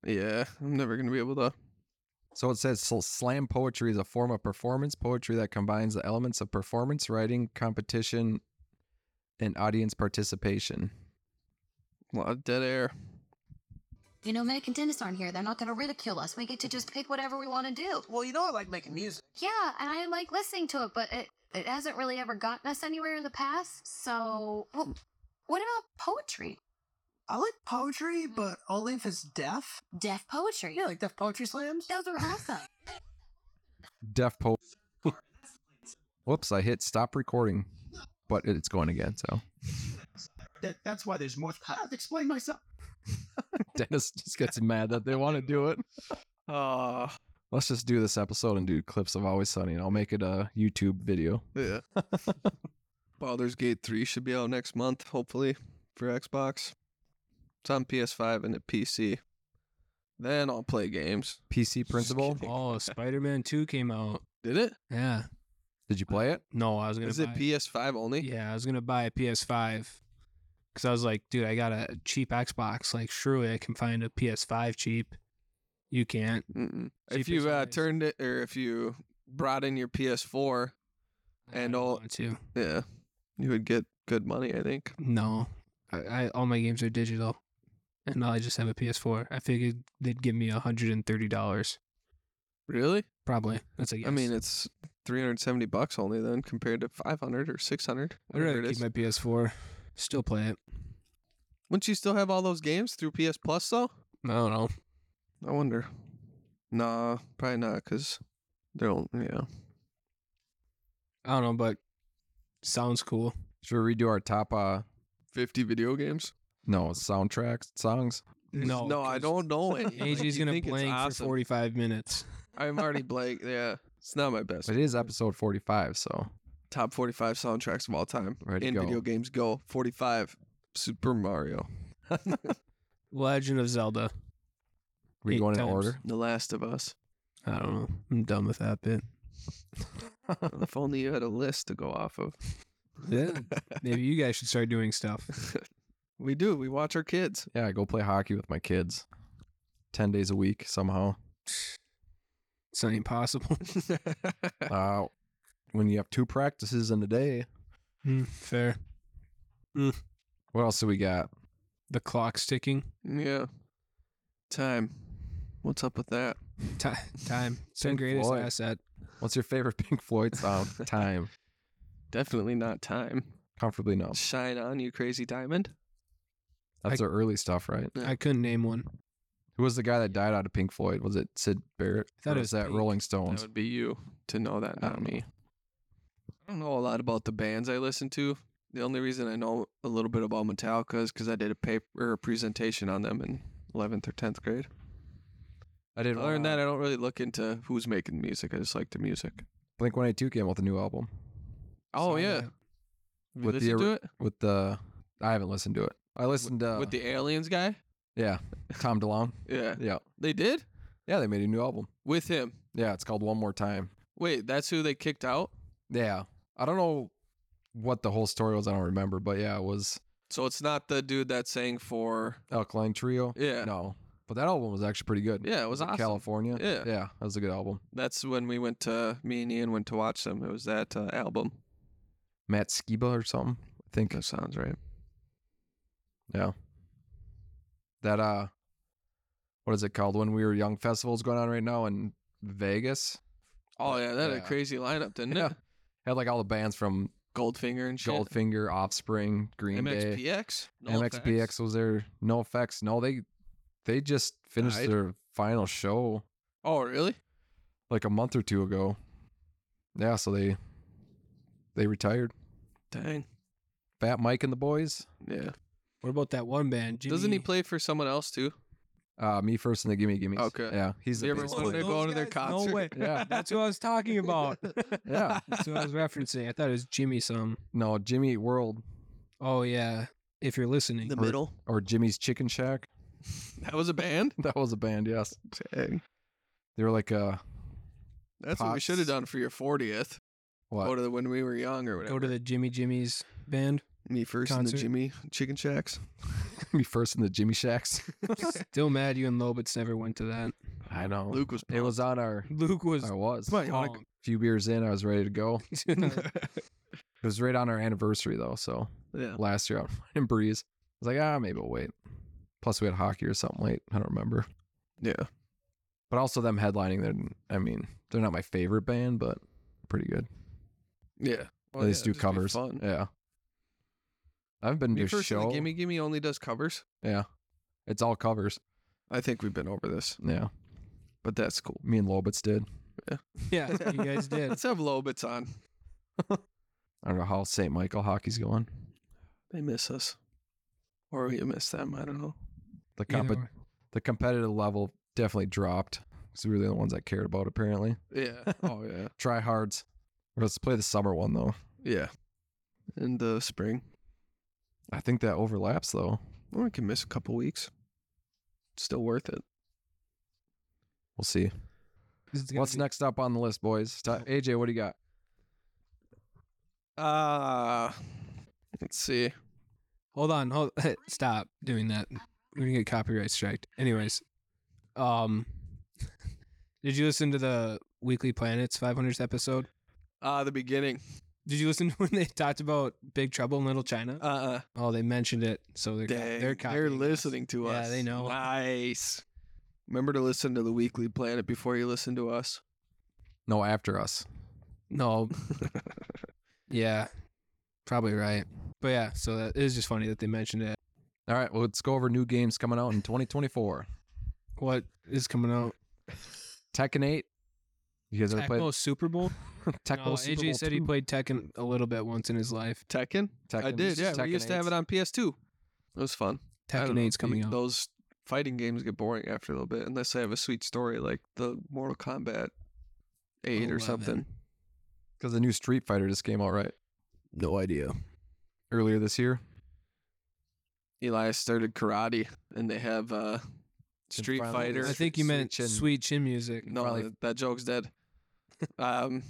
Yeah, I'm never gonna be able to. So it says "Sl- slam poetry is a form of performance poetry that combines the elements of performance, writing, competition, and audience participation. A lot of dead air. You know, Mac and Dennis aren't here. They're not going to ridicule us. We get to just pick whatever we want to do. Well, you know I like making music. Yeah, and I like listening to it, but it, it hasn't really ever gotten us anywhere in the past. So, well, what about poetry? I like poetry, but only if it's deaf. Deaf poetry. Yeah, like deaf poetry slams. Those are awesome. Deaf poet. Whoops, I hit stop recording, but it's going again. So That, that's why there's more. I've explained myself. Dennis just gets mad that they want to do it. Oh, Let's just do this episode and do clips of Always Sunny, and I'll make it a YouTube video. yeah. Baldur's Gate 3 should be out next month, hopefully, for Xbox. It's on PS5 and a PC. Then I'll play games. PC Principal, kidding. Oh, Spider Man 2 came out. Did it? Yeah. did you play it? No, I was going to Is it PS5 only? Yeah, I was gonna buy a PS5 because I was like, dude, I got a cheap Xbox. Like, surely I can find a PS5 cheap. You can't. Mm-mm. Cheapest If you uh, ways. turned it, or if you brought in your PS4, I And don't all- want to. yeah, you would get good money, I think. No, I, I all my games are digital, and now I just have a PS4. I figured they'd give me hundred and thirty dollars. Really? Probably. That's a guess. I mean, it's 370 bucks only then, compared to 500 or 600. I'd rather Whatever it keep is. my PS4. Still play it. Wouldn't you still have all those games through PS Plus though? I don't know. I wonder. Nah, probably not, cause they don't. Yeah. I don't know, but sounds cool. Should we redo our top? uh 50 video games. No, soundtracks, songs. No, no, I 'cause don't know any. like, AJ's you gonna think it's blank for awesome. forty five minutes. I'm already blank. Yeah, it's not my best. It is episode 45, so Top 45 soundtracks of all time Ready to in go. video games. Go 45. Super Mario. Legend of Zelda. we Eight going in times. order. The Last of Us. I don't know. I'm done with that bit. if only you had a list to go off of. Yeah. Maybe you guys should start doing stuff. we do. We watch our kids. Yeah, I go play hockey with my kids 10 days a week somehow. It's not impossible. Uh, when you have two practices in a day, Hmm. fair. what else do we got? The clock's ticking. yeah. Time. What's up with that? Ti time. It's our Pink greatest Floyd. asset. What's your favorite Pink Floyd song? time. Definitely not time. Comfortably Oh. no. Shine on, you crazy diamond. That's their early stuff, right? Yeah. I couldn't name one. Who was the guy that died out of Pink Floyd? Was it Sid Barrett? I thought Or it was was that Pink. Rolling That Stones? would be you to know I that, not don't know. me. Um, I don't know a lot about the bands I listen to. The only reason I know a little bit about Metallica is because I did a paper or a presentation on them in 11th or 10th grade. I didn't Other than that, I don't really look into who's making music. I just like the music. Blink One Eight Two came out with a new album Oh Saw yeah, that. Have you With the ori- listened to it with the. I haven't listened to it. I listened uh, with the aliens guy. yeah Tom DeLonge. Yeah, Yeah, they did yeah. They made a new album. with him. Yeah, it's called One More Time. Wait, that's who they kicked out. Yeah, I don't know what the whole story was. I don't remember, but yeah, it was So it's not the dude that sang for. Alkaline Trio. Yeah, No, but that album was actually pretty good. yeah, it was awesome. California. Yeah. yeah, that was a good album. That's when we went to me and Ian went to watch them. It was that uh, album. Matt Skiba or something. I think That sounds right. that uh, what is it called when we were young? Festivals going on right now in Vegas. Oh yeah, that had a Yeah. crazy lineup, didn't Yeah. it? Had like all the bands from Goldfinger and shit. Goldfinger, Offspring, Green Day. MXPX. No MXPX effects. was there. No effects. No, they they just finished Died. their final show Oh really? like a month or two ago. Yeah, so they they retired. Dang. Fat Mike and the boys. Yeah. What about that one band? Jimmy, Doesn't he play for someone else too? Uh, me first and the gimme gimmes. Okay. Yeah, he's You the ever bass wanted player. They're going to their concert. No way. Yeah. That's what I was talking about. Yeah. That's what I was referencing. I thought it was Jimmy some. No, Jimmy Eat World Oh yeah. If you're listening. The middle. or Jimmy's Chicken Shack. That was a band. That was a band. Yes, Dang. they were like uh That's what we should have Pots. done for your fortieth. what? Go to the when we were young or whatever. Go to the Jimmy Jimmy's band. me first concert. Jimmy Chicken Shacks. me first in the Jimmy Shacks. Still mad you and Lobitz never went to that. I know. Oh, Luke was. It was on our. Luke was I was. Come on, you wanna pumped. few beers in, I was ready to go. pumped. It was right on our anniversary though, so yeah. last year out in Breeze. I was like, ah, maybe we'll wait. Plus, we had hockey or something late. I don't remember. Yeah. But also them headlining. They're, I mean, they're not my favorite band, but pretty good. Oh, Yeah. They just do covers. Fun. Yeah. I haven't been Me to a first and the show. Gimme Gimme only does covers. Yeah. It's all covers. I think we've been over this, Yeah. but that's cool. Me and Lobitz did. yeah, you guys did. Let's have Lobits on. I don't know how St. Michael hockey's going. They miss us, or we miss them. I don't know. The Either comp- way. the competitive level definitely dropped because we were the only ones that cared about apparently. Yeah. oh yeah. Try hards. Let's play the summer one though. Yeah. In the spring, I think that overlaps though. well, we can miss a couple weeks. Still worth it. We'll see. This is gonna What's be- next up on the list, boys? Ti- AJ, what do you got? Uh let's see. Hold on, hold stop doing that. We're gonna get copyright striked. Anyways. Um Did you listen to the Weekly Planets five hundredth episode? Ah, the beginning. Did you listen to when they talked about Big Trouble in Little China? Uh, uh Oh, they mentioned it, so they're co- dang, they're they're, copying us. listening to Yeah, us. they know. Nice. Remember to listen to the Weekly Planet before you listen to us. No, after us. No, yeah, probably right. But yeah, so that it was just funny that they mentioned it. All right, well, let's go over new games coming out in 2024. What is coming out? Tekken 8. You guys ever Tecmo played Super Bowl. Tecmo no, Super AJ Bowl said he 2? played Tekken a little bit once in his life. Tekken? I Tekken- did, yeah. Tekken we used to have 8. it on PS2. It was fun. I don't Tekken know, 8's the- coming out. Those fighting games get boring after a little bit unless they have a sweet story like the Mortal Kombat 8 or 11. something. Because the new Street Fighter just came out right No idea. earlier this year. Elias started karate and they have uh Street finally- Fighter. I think you Sweet meant Chin. Sweet Chin music. No, uh, Probably- that, that joke's dead. um,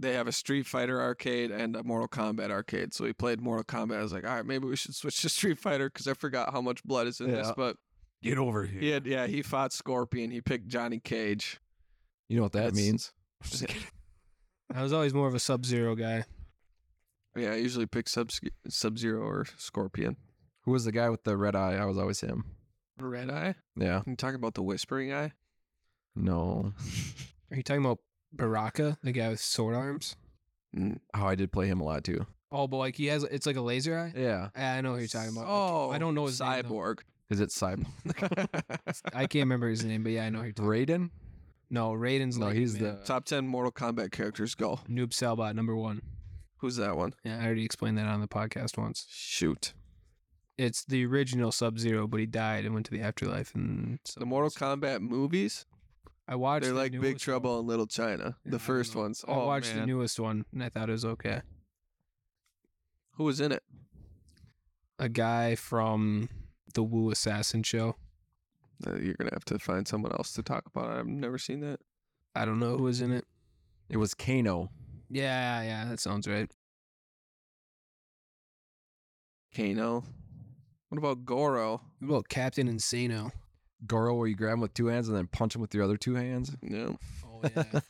they have a Street Fighter arcade and a Mortal Kombat arcade. So we played Mortal Kombat. I was like, all right, maybe we should switch to Street Fighter because I forgot how much blood is in this. Yeah. But Get over here. he had, yeah, he fought Scorpion. He picked Johnny Cage. You know what that That's- means. I was always more of a Sub Zero guy. Yeah, I usually pick Sub Sub Zero or Scorpion. Who was the guy with the red eye? I was always him. Red Eye? Yeah. You talking about the Whispering Eye? No. Are you talking about Baraka, the guy with sword arms? Oh, I did play him a lot too. Oh, but like he has, it's like a laser eye. Yeah. Yeah, I know who you're talking about. Oh, I don't know his name, though. cyborg. Is it Mm. Cyborg? I can't remember his name, but yeah, I know who you're talking. Raiden? No, Raiden's No, like he's man. the. Top ten Mortal Kombat characters go. Noob Salbot number one. Who's that one? Yeah, I already explained that on the podcast once. Shoot. It's the original Sub Zero, but he died and went to the afterlife. And so The Mortal Kombat movies? I watched. They're the like Big newest one. Trouble in Little China. Yeah, I The first don't know. ones. I oh, watched the man. newest one and I thought it was okay. Who was in it? A guy from the Wu Assassin show. Uh, you're gonna have to find someone else to talk about. it. I've never seen that. I don't know who was in it. It was Kano. Yeah, yeah, that sounds right. Kano. What about Goro? Well, Captain Insano. Goro, where you grab him with two hands and then punch him with your other two hands. No. Oh yeah.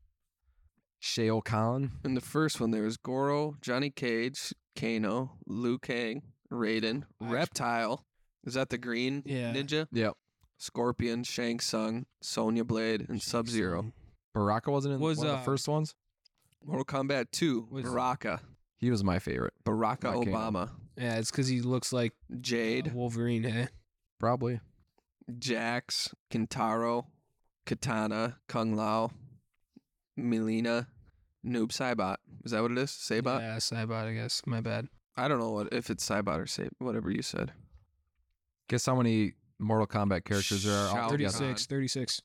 Shao Kahn. In the first one, there was Goro, Johnny Cage, Kano, Liu Kang, Raiden, Act- Reptile. Is that the green Yeah. ninja? Yep. Scorpion, Shang Tsung, Sonya Blade, and Sub Zero. Baraka wasn't in Was, one of uh, the first ones. Mortal Kombat 2, Was- Baraka. He was my favorite, Baraka Not Kano. Obama. Yeah, it's because he looks like uh, Jade, Wolverine. Hey, probably. Jax, Kintaro, Katana, Kung Lao, Melina, Noob Saibot. Is that what it is? Saibot? yeah, Cybot. I guess my bad. I don't know what if it's Saibot or Saibot, whatever you said. Guess how many Mortal Kombat characters there are Shao altogether? Kahn. 36, 36.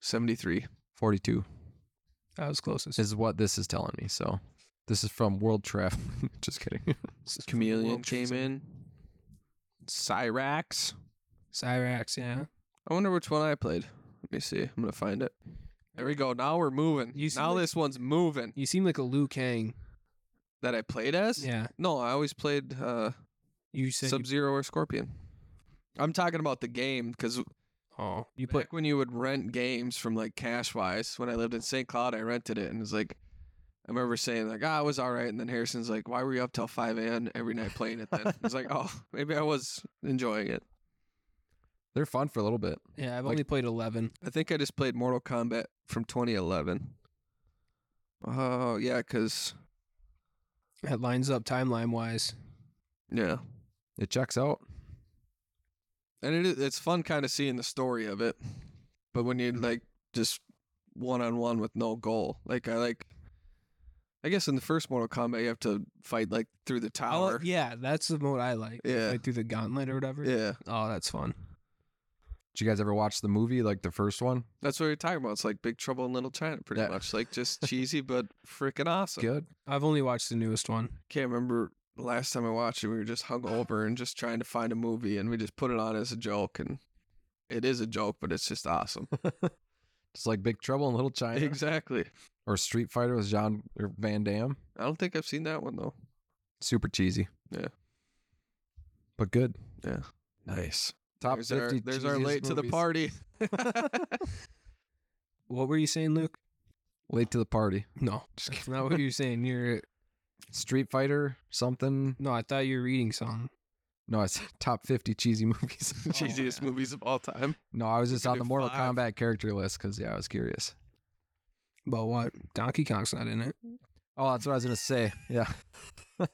73. 42 I was closest. is what this is telling me. So this is from World Trap. Just kidding. Chameleon World came in. Cyrax. Cyrax. Yeah. I wonder which one I played. Let me see. I'm gonna find it. There we go. Now we're moving. You seem now like- this one's moving. You seem like a Liu Kang. That I played as? Yeah. No, I always played uh, You said. Sub Zero or Scorpion. I'm talking about the game because you, oh, you put. back when you would rent games from like Cashwise, when I lived in St. Cloud, I rented it and it's like, I remember saying like, ah, it was all right. And then Harrison's like, why were you up till 5 a.m. every night playing it then? It's like, oh, maybe I was enjoying it. They're fun for a little bit. Yeah, I've like- only played eleven. I think I just played Mortal Kombat from 2011. Oh, yeah, because, That lines up timeline wise. yeah. It checks out. And it, i- it's fun kind of seeing the story of it. But when you like just one on one with no goal, like I like, I guess in the first Mortal Kombat, you have to fight like through the tower. Oh, yeah, that's the mode I like. Yeah. Like through the gauntlet or whatever. yeah. Oh, that's fun. Did you guys ever watch the movie, like the first one? That's what we are talking about. It's like Big Trouble in Little China, pretty Yeah. much. Like just cheesy, but freaking awesome. Good. I've only watched the newest one. Can't remember the last time I watched it. We were just hung over and just trying to find a movie, and we just put it on as a joke, and it is a joke, but it's just awesome. Just like Big Trouble in Little China exactly. or Street Fighter with John or Van Damme. I don't think I've seen that one though. Super cheesy. Yeah. But good. Nice. Top there's 50. our, there's our cheesiest late to the movies. party. What were you saying, Luke? Late to the party. No, that's not what you're saying. You're Street Fighter, something. no. I thought you were reading something. No, I said top 50 cheesy movies. Cheesiest movies of all time. No, I was just could on the do Mortal five. Kombat character list because, yeah, I was curious. But what? Donkey Kong's not in it. Oh, that's what I was going to say. Yeah.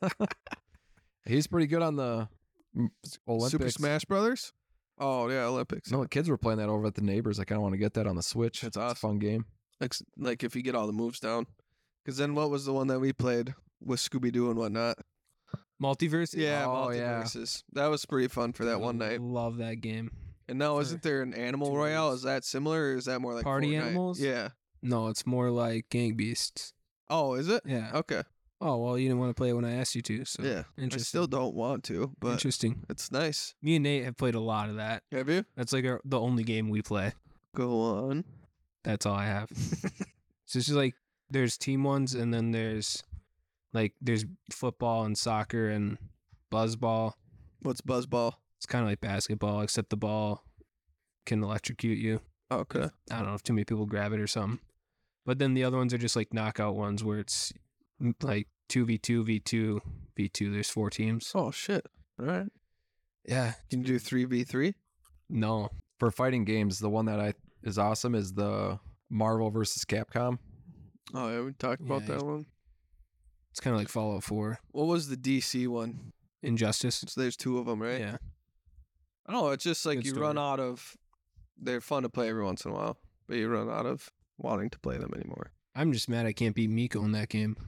He's pretty good on the mm, Olympics. Super Smash Brothers. Oh yeah, Olympics. No, the kids were playing that over at the neighbors. I kind of want to get that on the Switch. It's That's a awesome. fun game. Like s- like if you get all the moves down. Because then what was the one that we played with Scooby Doo and whatnot? Multiverse. Yeah, Oh, yeah. multiverses. That was pretty fun for that one night. Love that game. And now for isn't there an Animal two Royale? days. Is that similar or is that more like Party Fortnite? Animals? Yeah. No, it's more like Gang Beasts. Oh, is it? Yeah. Okay. Oh well, you didn't want to play it when I asked you to. So Yeah. I interesting. still don't want to, but interesting. it's nice. Me and Nate have played a lot of that. Have you? That's like our, the only game we play. Go on. That's all I have. so it's just like there's team ones, and then there's like there's football and soccer and buzzball. What's Buzzball? It's kind of like basketball, except the ball can electrocute you. Okay. I don't know if too many people grab it or something. But then the other ones are just like knockout ones where it's mm, like 2v2, v2, v2. There's four teams. Oh shit. All right. Yeah. Can you do three v three? No. For fighting games, the one that I is awesome is the Marvel versus Capcom. Oh, yeah, we talked about Yeah, that one. It's kind of like Fallout 4. What was the DC one? Injustice. So there's two of them, right? Yeah. I don't know. It's just like Good you run story. out of. They're fun to play every once in a while, but you run out of wanting to play them anymore. I'm just mad I can't beat Miko in that game.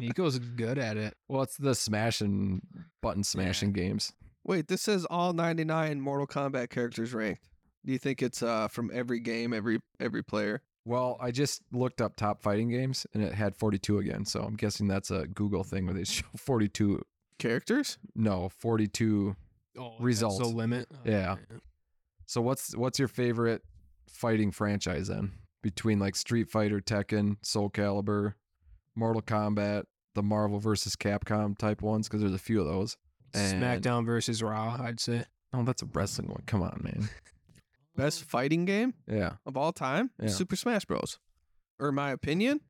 Miko's good at it. Well, it's the smashing button smashing games. Wait, this says all 99 Mortal Kombat characters ranked. Do you think it's uh from every game, every every player? Well, I just looked up top fighting games and it had 42 again. So I'm guessing that's a Google thing where they show 42. Characters? No, 42. Oh, Result. The limit. Yeah. Oh, So what's what's your favorite fighting franchise then? Between like Street Fighter, Tekken, Soul Calibur, Mortal Kombat, the Marvel versus Capcom type ones because there's a few of those. And- SmackDown versus Raw, I'd say. Oh, that's a wrestling one. Come on, man. Best fighting game Yeah. of all time? Yeah. Super Smash Bros. Or my opinion?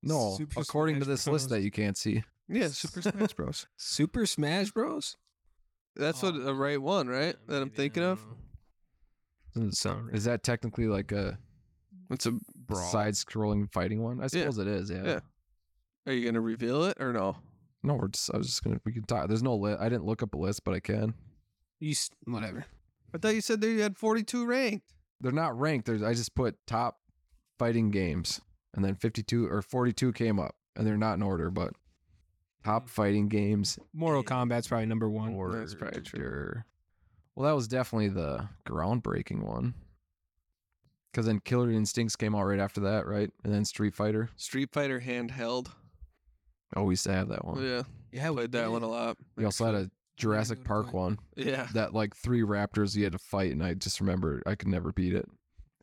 No, Super according to Smash this list Bros. that you can't see. Yeah, Super Smash Bros. Super Smash Bros. That's Oh. what the right one, right? that I'm thinking of. Doesn't sound right. Is that technically like a It's a brawl. side-scrolling fighting one? I suppose it is. Yeah. Yeah. Are you gonna reveal it or no? No, we're just. I was just gonna. We can talk. There's no list. I didn't look up a list, but I can. You s- whatever. I thought you said that you had 42 ranked. They're not ranked. There's. I just put top fighting games, and then 52 or 42 came up, and they're not in order, but Hmm. top fighting games. Mortal Kombat's probably number one. Or That's probably Well, that was definitely the groundbreaking one. Because then Killer Instincts came out right after that, right? And then Street Fighter. Street Fighter handheld. Always to have that one. Yeah, Yeah, played that one a lot. We also had a go Jurassic to Park fight. one Yeah, that like three raptors you had to fight, and I just remember I could never beat it.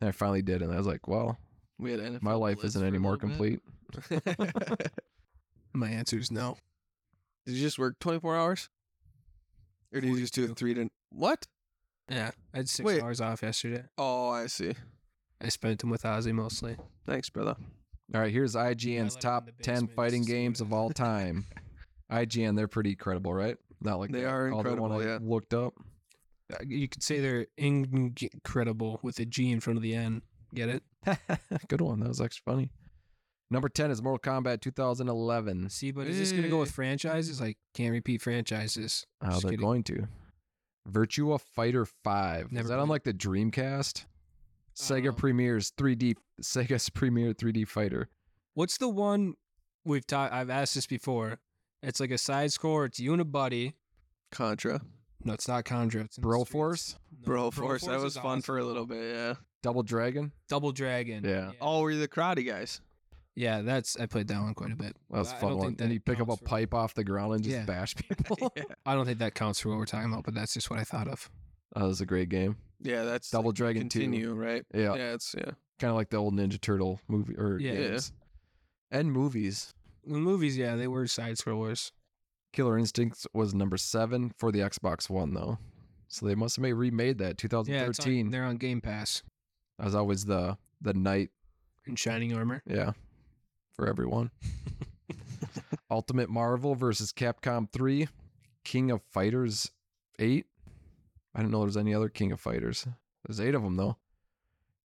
And I finally did, and I was like, "Well, we had NFL my life Blitz isn't for a any more little bit. complete." My answer is no. Did you just work 24 hours? Or did you just do a three to what? Yeah, I had six Wait. hours off yesterday. Oh, I see. I spent them with Ozzy mostly. Thanks, brother. All right, here's I IGN's left it in top the ten basement, fighting just so games it- of all time. IGN, they're pretty credible, right? Not like They that are other one incredible, I yeah. Looked up. Uh, You could say they're in- incredible with a G in front of the N. Get it? Good one. That was actually funny. Number ten is Mortal Kombat 2011. See, but is this gonna go with Eh. franchises? Like, can't repeat franchises. Oh, Just they're kidding. going to. Virtua Fighter 5. Never Is that on played. like the Dreamcast? Sega Uh-huh. Um, Premieres 3D Sega's Premiere 3D Fighter. What's the one we've taught? I've asked this before. It's like a side score. It's Unibuddy. Contra, No, it's not Contra. It's in the Bro streets. Force? No, bro, force. That is was fun for a awesome. little bit. Yeah. Double Dragon? Double Dragon. Yeah. Oh, were you the karate guys? Yeah, that's I played that one quite a bit. That was But a I fun don't one. think And that you pick up a counts for- pipe off the ground and just Yeah. bash people. yeah. I don't think that counts for what we're talking about, but that's just what I thought of. That was a great game. Yeah, that's Double like, Dragon 2. continue, right? Yeah. Yeah. it's yeah. Kind of like the old Ninja Turtle movie or Yeah. Yeah. games. And movies. The movies, yeah, they were side scrollers. Killer Instincts was number seven for the Xbox One though. So they must have made, remade that Yeah, 2013. On, they're on Game Pass I was always the the knight in shining armor. Yeah. For everyone. Ultimate Marvel versus Capcom 3, King of Fighters 8. I didn't know there was any other King of Fighters. There's eight of them though.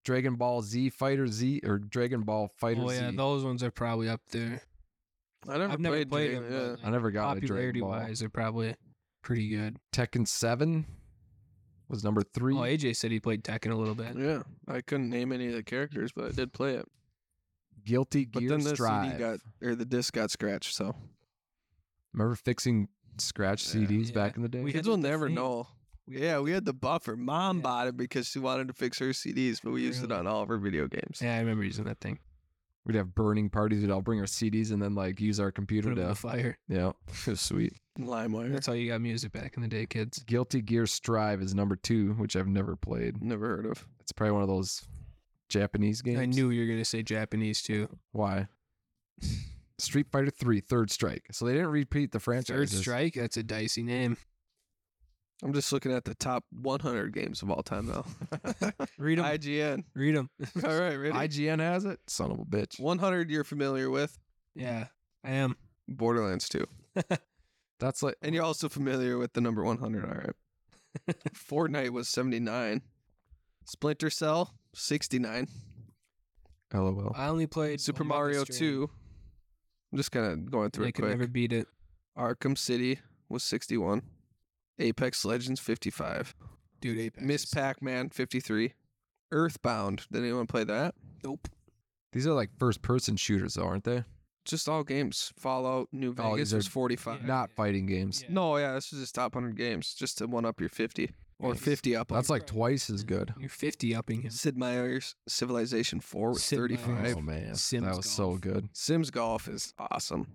Dragon Ball Z Fighter Z or Dragon Ball Fighter oh yeah, Z. those ones are probably up there. I never I've never played, played Dragon- them. but, yeah. like, I never got a Dragon popularity Ball. wise, they're probably pretty good. Tekken 7 was number Oh, 3. AJ said he played Tekken a little bit. Yeah, I couldn't name any of the characters, but I did play it. Guilty But Gear then the Strive. CD got or the disc got scratched, so Remember fixing scratch Yeah. CDs Yeah. back in the day? We had kids will the never thing. know. yeah, we had the buffer. Mom Yeah. bought it because she wanted to fix her CDs, but we used it Really? on all of her video games. Yeah, I remember using that thing. We'd have burning parties. We'd all bring our CDs and then like use our computer Put them in the to. fire. Yeah, it was sweet. LimeWire. That's how you got music back in the day, kids. Guilty Gear Strive is number two, which I've never played. Never heard of. It's probably one of those Japanese games. I knew you were gonna say Japanese too. why. Street Fighter 3, Third Strike. So they didn't repeat the Third franchise. Strike. That's a dicey name. I'm just looking at the top 100 games of all time now. Read them. IGN. Read them. All right, ready? IGN has it. Son of a bitch. 100 you're familiar with. Yeah, I am. Borderlands 2. That's like And you're also familiar with the number 100. All right. Fortnite was 79. Splinter Cell, 69. LOL. I only played Super one month of Mario stream, 2. I'm just kind of going and through I it could quick. never beat it, Arkham City was 61. Apex Legends 55. dude. Apex. Miss is- Pac-Man 53. Earthbound. Did anyone play that? Nope. These are like first person shooters, though, aren't they? Just all games. Fallout New Oh, Vegas these are- was 45. Yeah. Not fighting games. Yeah. No, yeah, this is just top 100 games, just to one up your 50. or Nice. 50 up. That's like twice as good. You're 50 upping him. Sid Meier's Civilization 4 with Sid 35. Meier's. Oh man. Sims that was so golf. good. Sims Golf is awesome.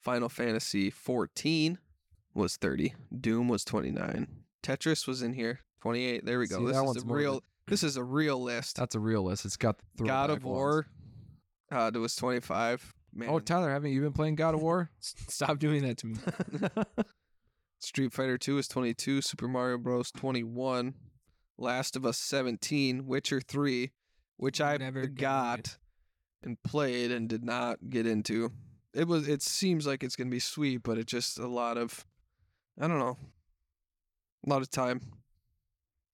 Final Fantasy 14 was 30. Doom was 29. Tetris was in here 28. There we go. See, this that is one's a more of real. This is a real list. That's a real list. It's got the God throwback of ones. War. Uh, it was 25. Man. Oh, Tyler, haven't you been playing God of War? Stop doing that to me. Street Fighter 2 is 22, Super Mario Bros 21, Last of Us 17, Witcher 3, which I Never gonna got get- and played and did not get into. It was it seems like it's going to be sweet, but it's just a lot of I don't know. A lot of time.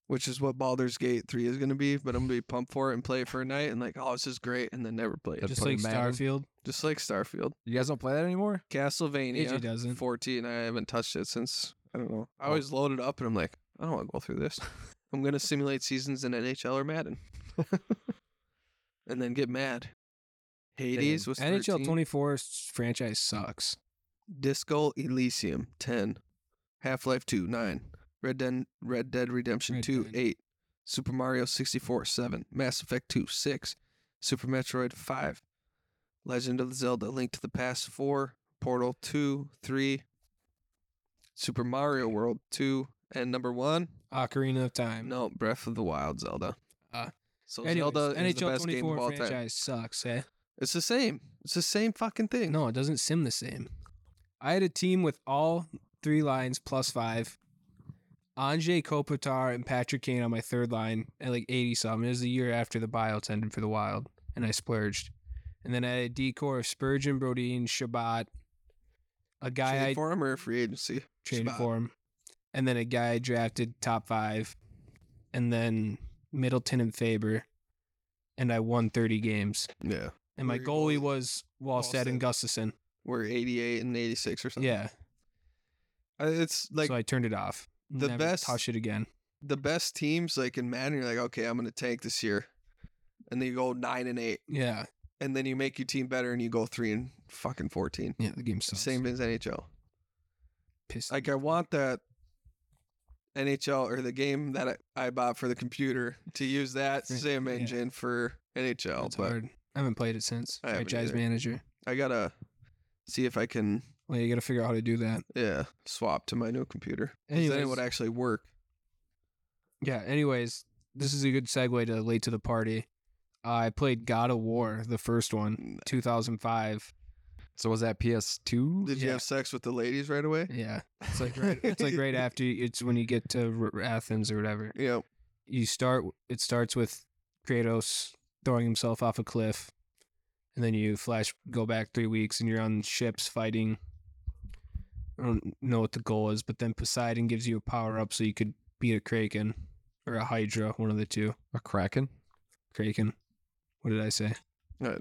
Which is what Baldur's Gate 3 is going to be, but I'm going to be pumped for it and play it for a night and like, oh, this is great, and then never play it. That's Just put like in Madden. Starfield. Just like Starfield. You guys don't play that anymore? Castlevania. Iggy doesn't. 14. I haven't touched it since I don't know. I always load it up and I'm like, I don't want to go through this. I'm gonna simulate seasons in NHL or Madden, and then get mad. Hades was 13. NHL 24's franchise sucks. Disco Elysium 10, Half Life 2 9, Red Dead Red Dead Redemption Red 2 Dead. 8, Super Mario 64 7, Mass Effect 2 6, Super Metroid 5, Legend of Zelda Link to the Past 4, Portal 2 3, Super Mario World 2, and number one, Ocarina of Time. no Breath of the Wild Zelda. Ah. so Anyways, Zelda is the NHL best game 24 of all franchise time. sucks, eh? It's the same. It's the same fucking thing. No, it doesn't sim the same. I had a team with all three lines plus five. Anjay Kopitar and Patrick Kane on my third line at like 80 some. It was the year after the buyouts ended for the Wild, and I splurged. And then I had a decor of Spurgeon, Brodeen, Shabbat, a guy Trade I for him or free agency. traded Shabbat. for him, and then a guy I drafted top five, and then Middleton and Faber, and I won 30 games. Yeah. And my Who were goalie your goalies? was Wallstead and Gustafson. We're 88 and 86 or something. Yeah. Uh, It's like so I turned it off. the Never best- touch it again. the best teams like in Madden, you're like, okay, I'm gonna tank this year. And then you go nine and eight. Yeah, And then you make your team better and you go three and fucking fourteen. yeah, the game sucks. Same as NHL. pissed. Like I want that NHL or the game that I, I bought for the computer to use that For- same yeah. engine for NHL. it's but hard. I haven't played it since. I haven't Franchise either. manager. I gotta see if I can Well, you got to figure out how to do that. yeah, swap to my new computer. 'Cause Then it Anyways. would actually work. Yeah. Anyways, this is a good segue to late to the party. I played God of War, the first one, 2005. So was that PS2? Did you Yeah. have sex with the ladies right away? Yeah, it's like right. it's like right after. It's when you get to R- Athens or whatever. Yep. you start it starts with Kratos throwing himself off a cliff and then you flash go back 3 weeks and you're on ships fighting I don't know what the goal is but then Poseidon gives you a power up so you could beat a kraken or a hydra one of the two A Kraken? kraken what did I say Uh,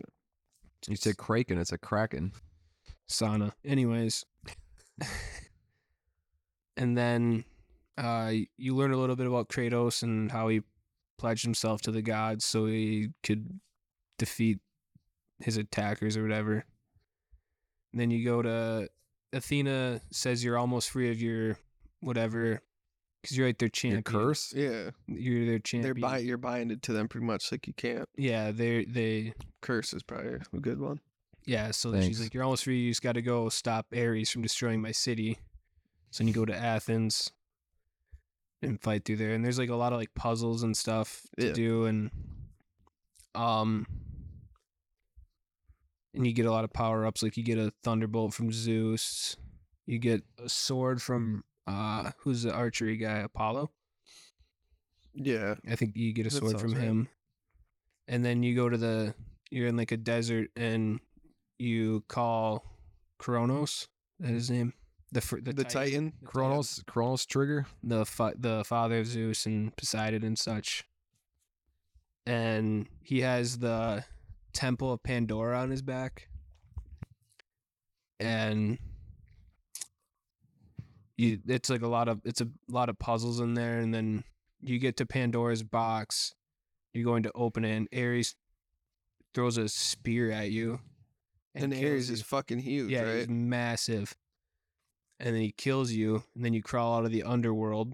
You said Kraken. It's a Kraken. sauna. Anyways, and then uh, you learn a little bit about Kratos and how he pledged himself to the gods so he could defeat his attackers or whatever. And then you go to Athena says you're almost free of your whatever because you're like their champion. Your curse? yeah. You're their champion. They're bi- you're binded to them pretty much. Like you can't yeah, they they curse is probably a good one. Yeah, so she's Thanks. like, You're almost free. You just got to go stop Ares from destroying my city. So then you go to Athens and fight through there. And there's like a lot of like puzzles and stuff to Yeah. do. And, um, and you get a lot of power ups. Like you get a thunderbolt from Zeus, you get a sword from, uh, who's the archery guy? Apollo? Yeah. I think you get a That sword from sounds right. him. And then you go to the you're in like a desert and you call Kronos. That his name. The fir- the, The, Titan, Titan. Chronos Chronos Trigger? the fa- the father of Zeus and Poseidon and such. And he has the temple of Pandora on his back. And you it's like a lot of it's a lot of puzzles in there and then you get to Pandora's box. You're going to open it and Ares throws a spear at you. And kills Ares is you. fucking huge, Yeah, right? he's massive. And then he kills you, and then you crawl out of the underworld,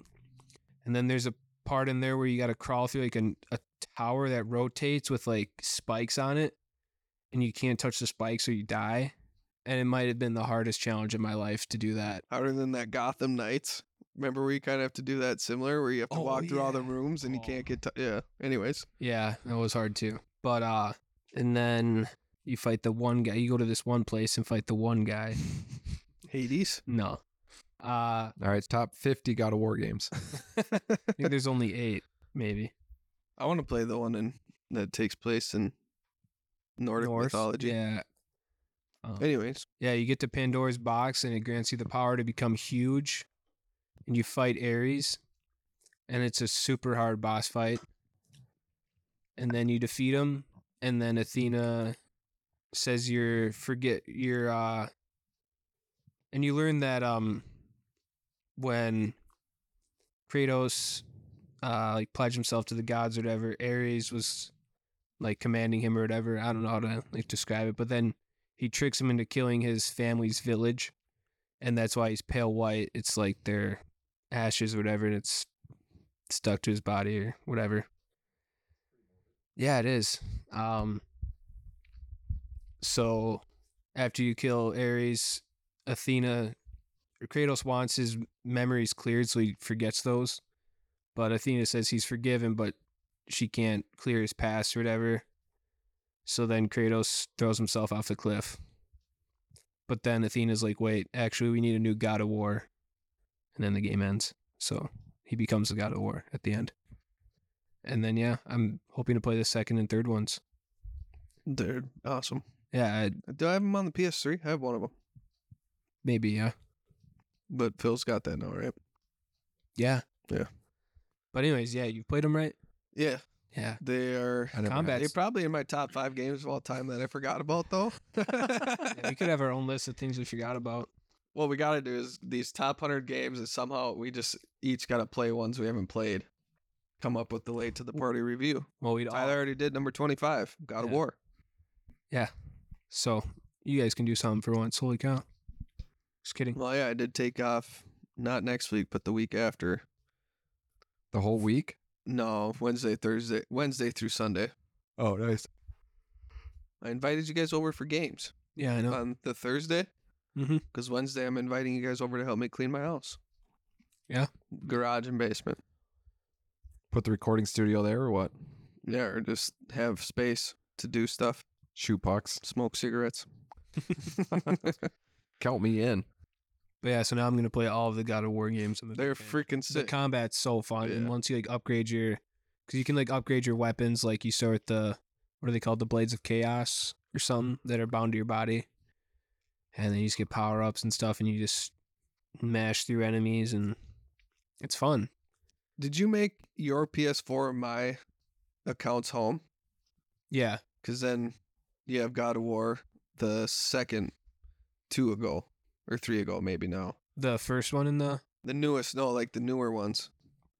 And then there's a part in there where you got to crawl through like an, a tower that rotates with like spikes on it, and you can't touch the spikes or you die. And it might have been the hardest challenge in my life to do that. Harder than that Gotham Knights. Remember, we kind of have to do that similar where you have to Oh, walk through all the yeah. rooms and you Oh. can't get. To- yeah. Anyways, Yeah, that was hard too. But uh, and then you fight the one guy. You go to this one place and fight the one guy. Hades. No, uh, All right, top 50 God of War games. I think there's only eight, maybe. I want to play the one in, that takes place in Nordic Norse, mythology. Yeah. Um, Anyways, Yeah, you get to Pandora's box and it grants you the power to become huge. And you fight Ares. And it's a super hard boss fight. And then you defeat him. And then Athena says you're forget your uh and you learn that um when Kratos uh like pledged himself to the gods or whatever, Ares was like commanding him or whatever. I don't know how to like describe it, but then he tricks him into killing his family's village and that's why he's pale white it's like their ashes or whatever and it's stuck to his body or whatever yeah it is um so after you kill ares athena kratos wants his memories cleared so he forgets those but athena says he's forgiven but she can't clear his past or whatever so then Kratos throws himself off the cliff. But then Athena's like, wait, actually, we need a new god of war. And then the game ends. So he becomes the god of war at the end. And then, yeah, I'm hoping to play the second and third ones. dude, awesome. Yeah, I, Do I have them on the PS3? I have one of them, maybe, yeah. but Phil's got that now, right? Yeah. Yeah. But, anyways, yeah, you've played them, right? Yeah, Yeah. they are. I never Combat. They're probably in my top five games of all time that I forgot about, though. Yeah, we could have our own list of things we forgot about. what we got to do is these top 100 games that somehow we just each got to play ones we haven't played. Come up with the late to the party review. Well, we'd Tyler all. already did number 25, God of Yeah. War. So you guys can do something for once. Holy cow. Just kidding. Well, yeah, I did take off not next week, but the week after. The whole week? No, Wednesday, Thursday, Wednesday through Sunday. Oh, nice. I invited you guys over for games Yeah, I know. on the Thursday Mhm. because Wednesday I'm inviting you guys over to help me clean my house. Yeah. Garage and basement. Put the recording studio there or what? Yeah, or just have space to do stuff, Shoe pucks. smoke cigarettes. Count me in. But yeah, so now I'm gonna play all of the God of War games. on the They're freaking. freaking the sick. combat's so fun. And Yeah. once you like upgrade your, because you can like upgrade your weapons, like you start with the what are they called, the blades of chaos or something that are bound to your body, and then you just get power ups and stuff, and you just mash through enemies, and it's fun. Did you make your PS4 my accounts home? Yeah, Because then you have God of War the second two ago or three ago, maybe now. the first one in the The newest, no, like the newer ones.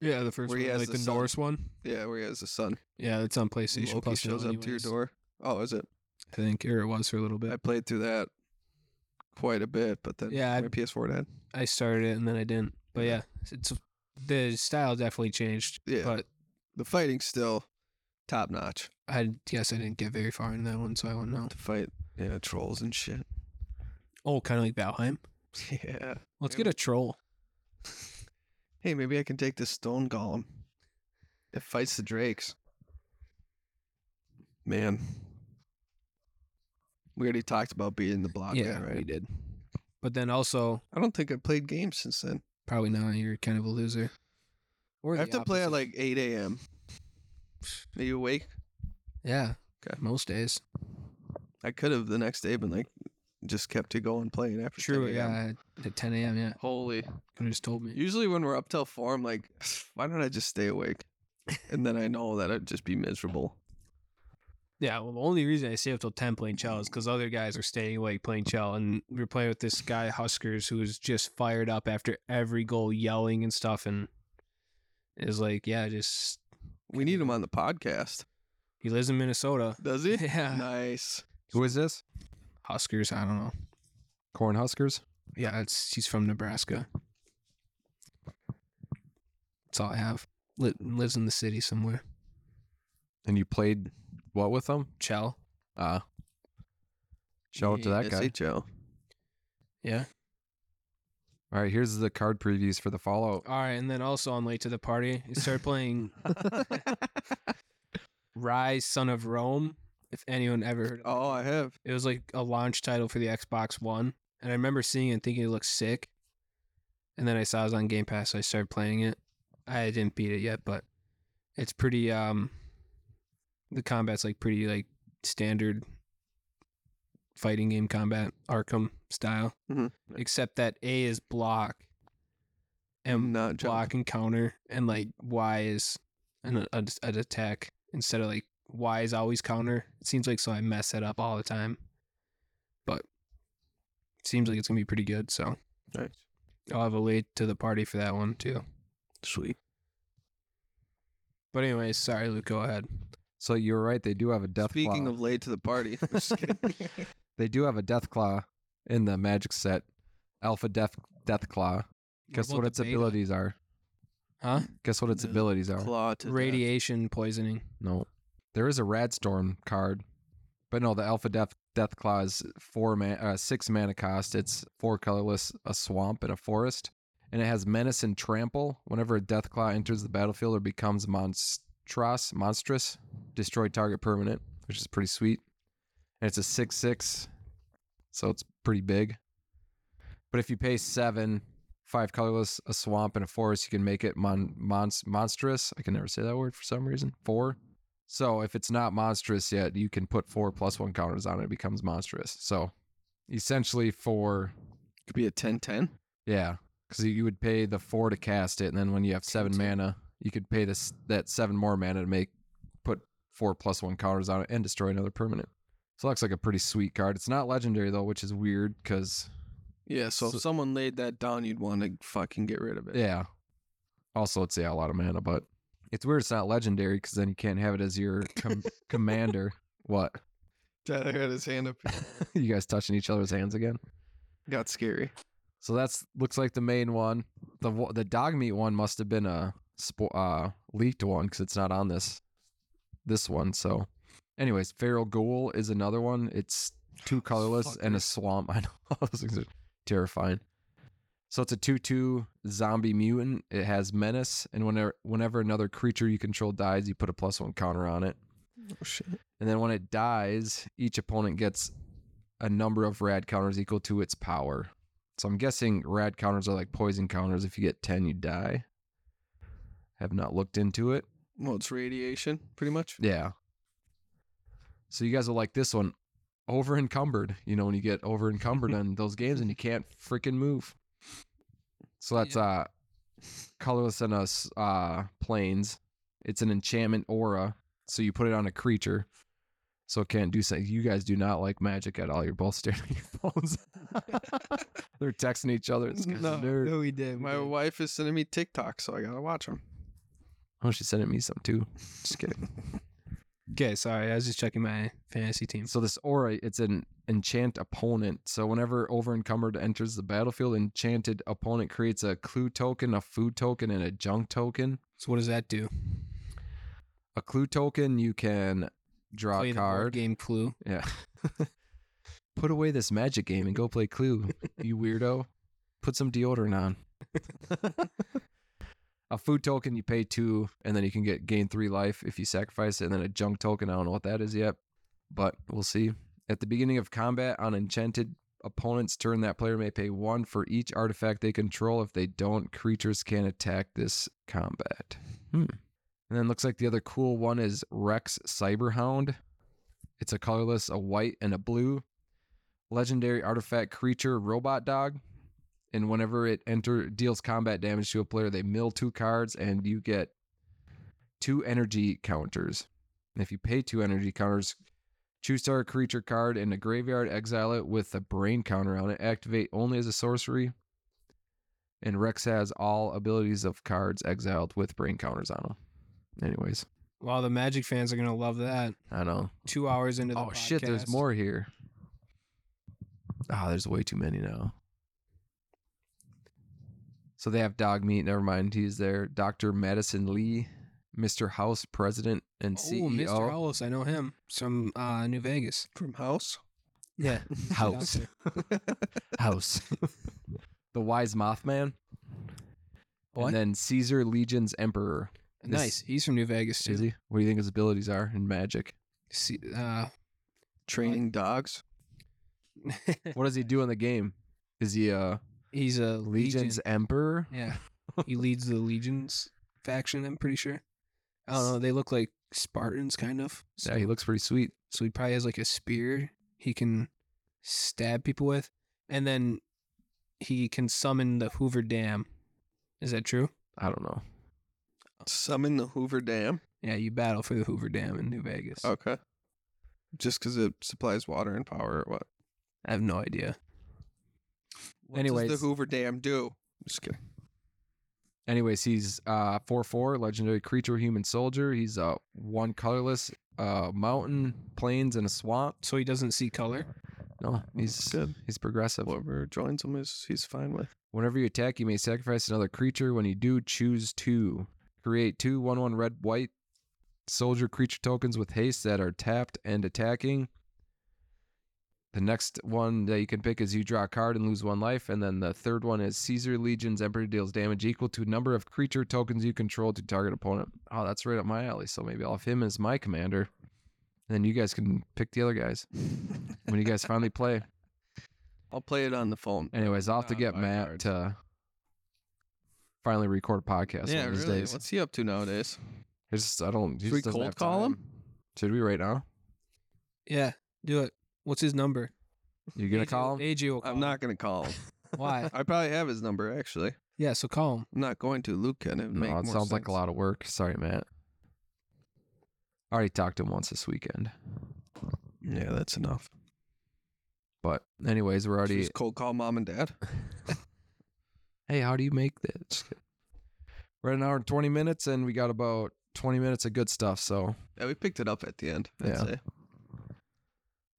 yeah the first Where he one, has like the the, sun. Norse one. Yeah, where he has the sun. Yeah, that's on PlayStation Loki Plus now shows up to your anyways, door. Oh, is it? I think, or it was for a little I bit. played through that quite a bit, but then Yeah, I- my PS4 died. I started it and then I didn't. But yeah, it's the style definitely changed. Yeah. but The fighting's still top notch. I guess I didn't get very far in that one, so I wouldn't know. To fight, yeah, trolls and shit. Oh, kind of like Valheim. Yeah. Let's Yeah, get a troll. Hey, maybe I can take this stone golem. It fights the drakes. Man. We already talked about beating the block yeah, guy, right? we did. But then also, I don't think I've played games since then. probably not. You're kind of a loser. Or I have the to play at opposite. like 8 a.m. Are you awake? yeah, Okay. most days. I could have the next day been like, just kept you going playing after 10 True. a.m. Yeah, uh, at 10 a.m. Yeah, Holy. could have just told me. Usually when we're up till 4, I'm like, why don't I just stay awake? And then I know that I'd just be miserable. Yeah. Well, the only reason I stay up till 10 playing Chell is because other guys are staying awake playing Chell, and we were playing with this guy Huskers who was just fired up after every goal, yelling and stuff, and it was like, yeah, just We need him on the podcast. he lives in Minnesota. Does he? Yeah. Nice. Who is this? Huskers. I don't know. Corn Huskers? Yeah, it's he's from Nebraska. That's all I have. Li- lives in the city somewhere. And you played what with them? Chell. Uh shout out to that guy. SHL. Yeah. All right, here's the card previews for the Fallout. All right, and then also I'm late to the party. I started playing Rise, Son of Rome. If anyone ever heard of Oh, I have. It was like a launch title for the Xbox One, and I remember seeing it and thinking it looked sick. And then I saw it was on Game Pass, so I started playing it. I didn't beat it yet, but it's pretty. Um, the combat's like pretty like standard fighting game combat Arkham style, Mhm. except that A is block, and Not jump. block and counter, and like Y is an, a, an attack instead of like Y is always counter. It seems like so I mess that up all the time, but it seems like it's gonna be pretty good. So Nice. I'll have a late to the party for that one too. Sweet. But anyways, sorry, Luke. Go ahead. So you're right, they do have a death Speaking claw. of late to the party, I'm just kidding. they do have a death claw in the magic set. Alpha death death claw. Guess about what the its beta? abilities are? Huh? Guess what its The abilities are? claw to death. Radiation poisoning. No. There is a Radstorm card, but no, the Alpha Death Death Claw is four man, uh, six mana cost. It's four colorless, a swamp and a forest, and it has Menace and Trample. Whenever a Death Claw enters the battlefield or becomes monstrous, monstrous, destroy target permanent, which is pretty sweet. And it's a six six, so it's pretty big. But if you pay seven, five colorless, a swamp, and a forest, you can make it mon- mons- monstrous. I can never say that word for some reason. Four. So if it's not monstrous yet, you can put four plus one counters on it. It becomes monstrous. So essentially, for Could be a 10-10. yeah, because you would pay the four to cast it, and then when you have seven mana, you could pay this that seven more mana to make put four plus one counters on it and destroy another permanent. So it looks like a pretty sweet card. It's not legendary though, which is weird because Yeah, so, So- if someone laid that down, you'd want to fucking get rid of it. Yeah. Also, it's yeah, a lot of mana, but it's weird. It's not legendary because then you can't have it as your com- commander. What? Tyler had his hand up. you guys touching each other's hands again? Got scary. So that's looks like the main one. The wa- the dog meat one must have been a spo- uh, leaked one because it's not on this this one. So, anyways, feral ghoul is another one. It's two colorless and a swamp. I know those things are terrifying. So it's a two-two zombie mutant. It has menace, and whenever whenever another creature you control dies, you put a plus one counter on it. Oh shit. And then when it dies, each opponent gets a number of rad counters equal to its power. So I'm guessing rad counters are like poison counters. If you get 10, you die. Have not looked into it. Well, it's radiation, pretty much. Yeah. So you guys will like this one. Over encumbered. You know, when you get over encumbered on those games and you can't freaking move. So that's uh colorless and us uh planes. It's an enchantment aura. So you put it on a creature. So it can't do something. You guys do not like magic at all. You're both staring at your phones. They're texting each other. It's kind No, of nerd. we did. My wife is sending me TikTok, so I gotta watch them. Oh, she sent me some too. Just kidding. Okay, sorry. I was just checking my fantasy team. So this aura, it's an enchant opponent. So whenever overencumbered enters the battlefield, enchanted opponent creates a clue token, a food token, and a junk token. So what does that do? A clue token, you can draw Play a the board card. game Clue. Yeah. Put away this magic game and go play Clue, you weirdo. Put some deodorant on. a food token, you pay two, and then you can get gain three life if you sacrifice it, and then a junk token. I don't know what that is yet, but we'll see. At the beginning of combat on enchanted opponent's turn, that player may pay one for each artifact they control. If they don't, creatures can attack this combat. Hmm. And then looks like the other cool one is Rex Cyberhound. It's a colorless, a white, and a blue. Legendary artifact creature robot dog. And whenever it enter deals combat damage to a player, they mill two cards and you get two energy counters. And if you pay two energy counters, choose target creature card in a graveyard, exile it with a brain counter on it. Activate only as a sorcery. And Rex has all abilities of cards exiled with brain counters on them. Anyways, Well, the Magic fans are gonna love that. I know. Two hours into the Oh shit, there's podcast. more here. Ah, there's way too many now. So they have dog meat. Never mind. He's there. Dr. Madison Lee, Mr. House president and E CEO. Oh, Mr. Hollis, I know him. It's From uh, New Vegas. From house. Yeah. House. House. the wise Mothman. What? And then Caesar Legion's Emperor. This- nice. He's from New Vegas too. Is he? What do you think his abilities are in magic? See, uh, Training dogs. What does he do in the game? Is he a he's a Legion's legions. Emperor? Yeah. He leads the legions faction. I'm pretty sure. I don't know. They look like Spartans, kind of. Yeah, he looks pretty sweet. So he probably has like a spear he can stab people with, and then he can summon the Hoover Dam. Is that true? I don't know. Summon the Hoover Dam. Yeah, you battle for the Hoover Dam in New Vegas. Oh. Okay. Just because it supplies water and power or what? I have no idea. What Anyways. does the Hoover Dam do? Just kidding. Anyways, he's uh four four, legendary creature, human soldier. He's uh one colorless, uh mountain, plains, and a swamp. So he doesn't see color. No, he's Good. He's progressive. Whoever joins him is he's fine with. Whenever you attack, you may sacrifice another creature. When you do, choose two. Create two one one red white soldier creature tokens with haste that are tapped and attacking. The next one that you can pick is you draw a card and lose one life. And then the third one is Caesar Legion's Emperor deals damage equal to number of creature tokens you control to target opponent. Oh, that's right up my alley. So maybe I'll have him as my commander. And then you guys can pick the other guys when you guys finally play. I'll play it on the phone. Anyways, I'll have to Uh, get buy Matt cards. to finally record a podcast yeah, one of these really. days. What's he up to nowadays? I just I don't. he Should we just doesn't cold have call him? time. Should we right now? Yeah, do it. What's his number? You gonna AJ call him? AJ will call I'm him. not gonna call him. Why? I probably have his number actually. yeah, so call him. I'm not going to Luke can. It would No, make it more sounds like sense. a lot of work. Sorry, Matt. I already talked to him once this weekend. Yeah, that's enough. But anyways, we're Should we already. Just cold call mom and dad. Hey, how do you make this? We're at an hour and twenty minutes, and we got about twenty minutes of good stuff. So Yeah, we picked it up at the end. I'd Yeah. say.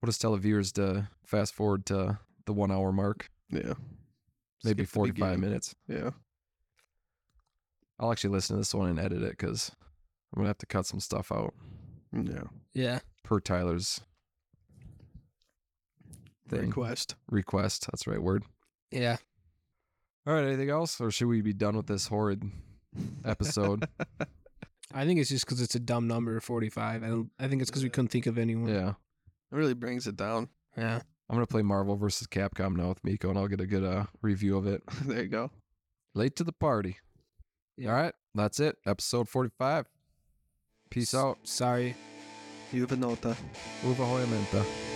we'll just tell the viewers to fast forward to the one hour mark, Yeah. maybe Skip the forty five beginning. minutes. Yeah. I'll actually listen to this one and edit it because I'm gonna have to cut some stuff out Yeah. Yeah. per Tyler's Thing. Request. request. That's the right word. Yeah. All right, anything else, or should we be done with this horrid episode? I think it's just because it's a dumb number, 45. I, don't, I think it's because we couldn't think of anyone. yeah, It really brings it down. Yeah. I'm gonna play Marvel versus Capcom now with Miko, and I'll get a good uh, review of it. there you go. Late to the party. Yeah. All right, that's it. Episode 45. Peace out. Sorry. You've a nota. Uva hoyamenta.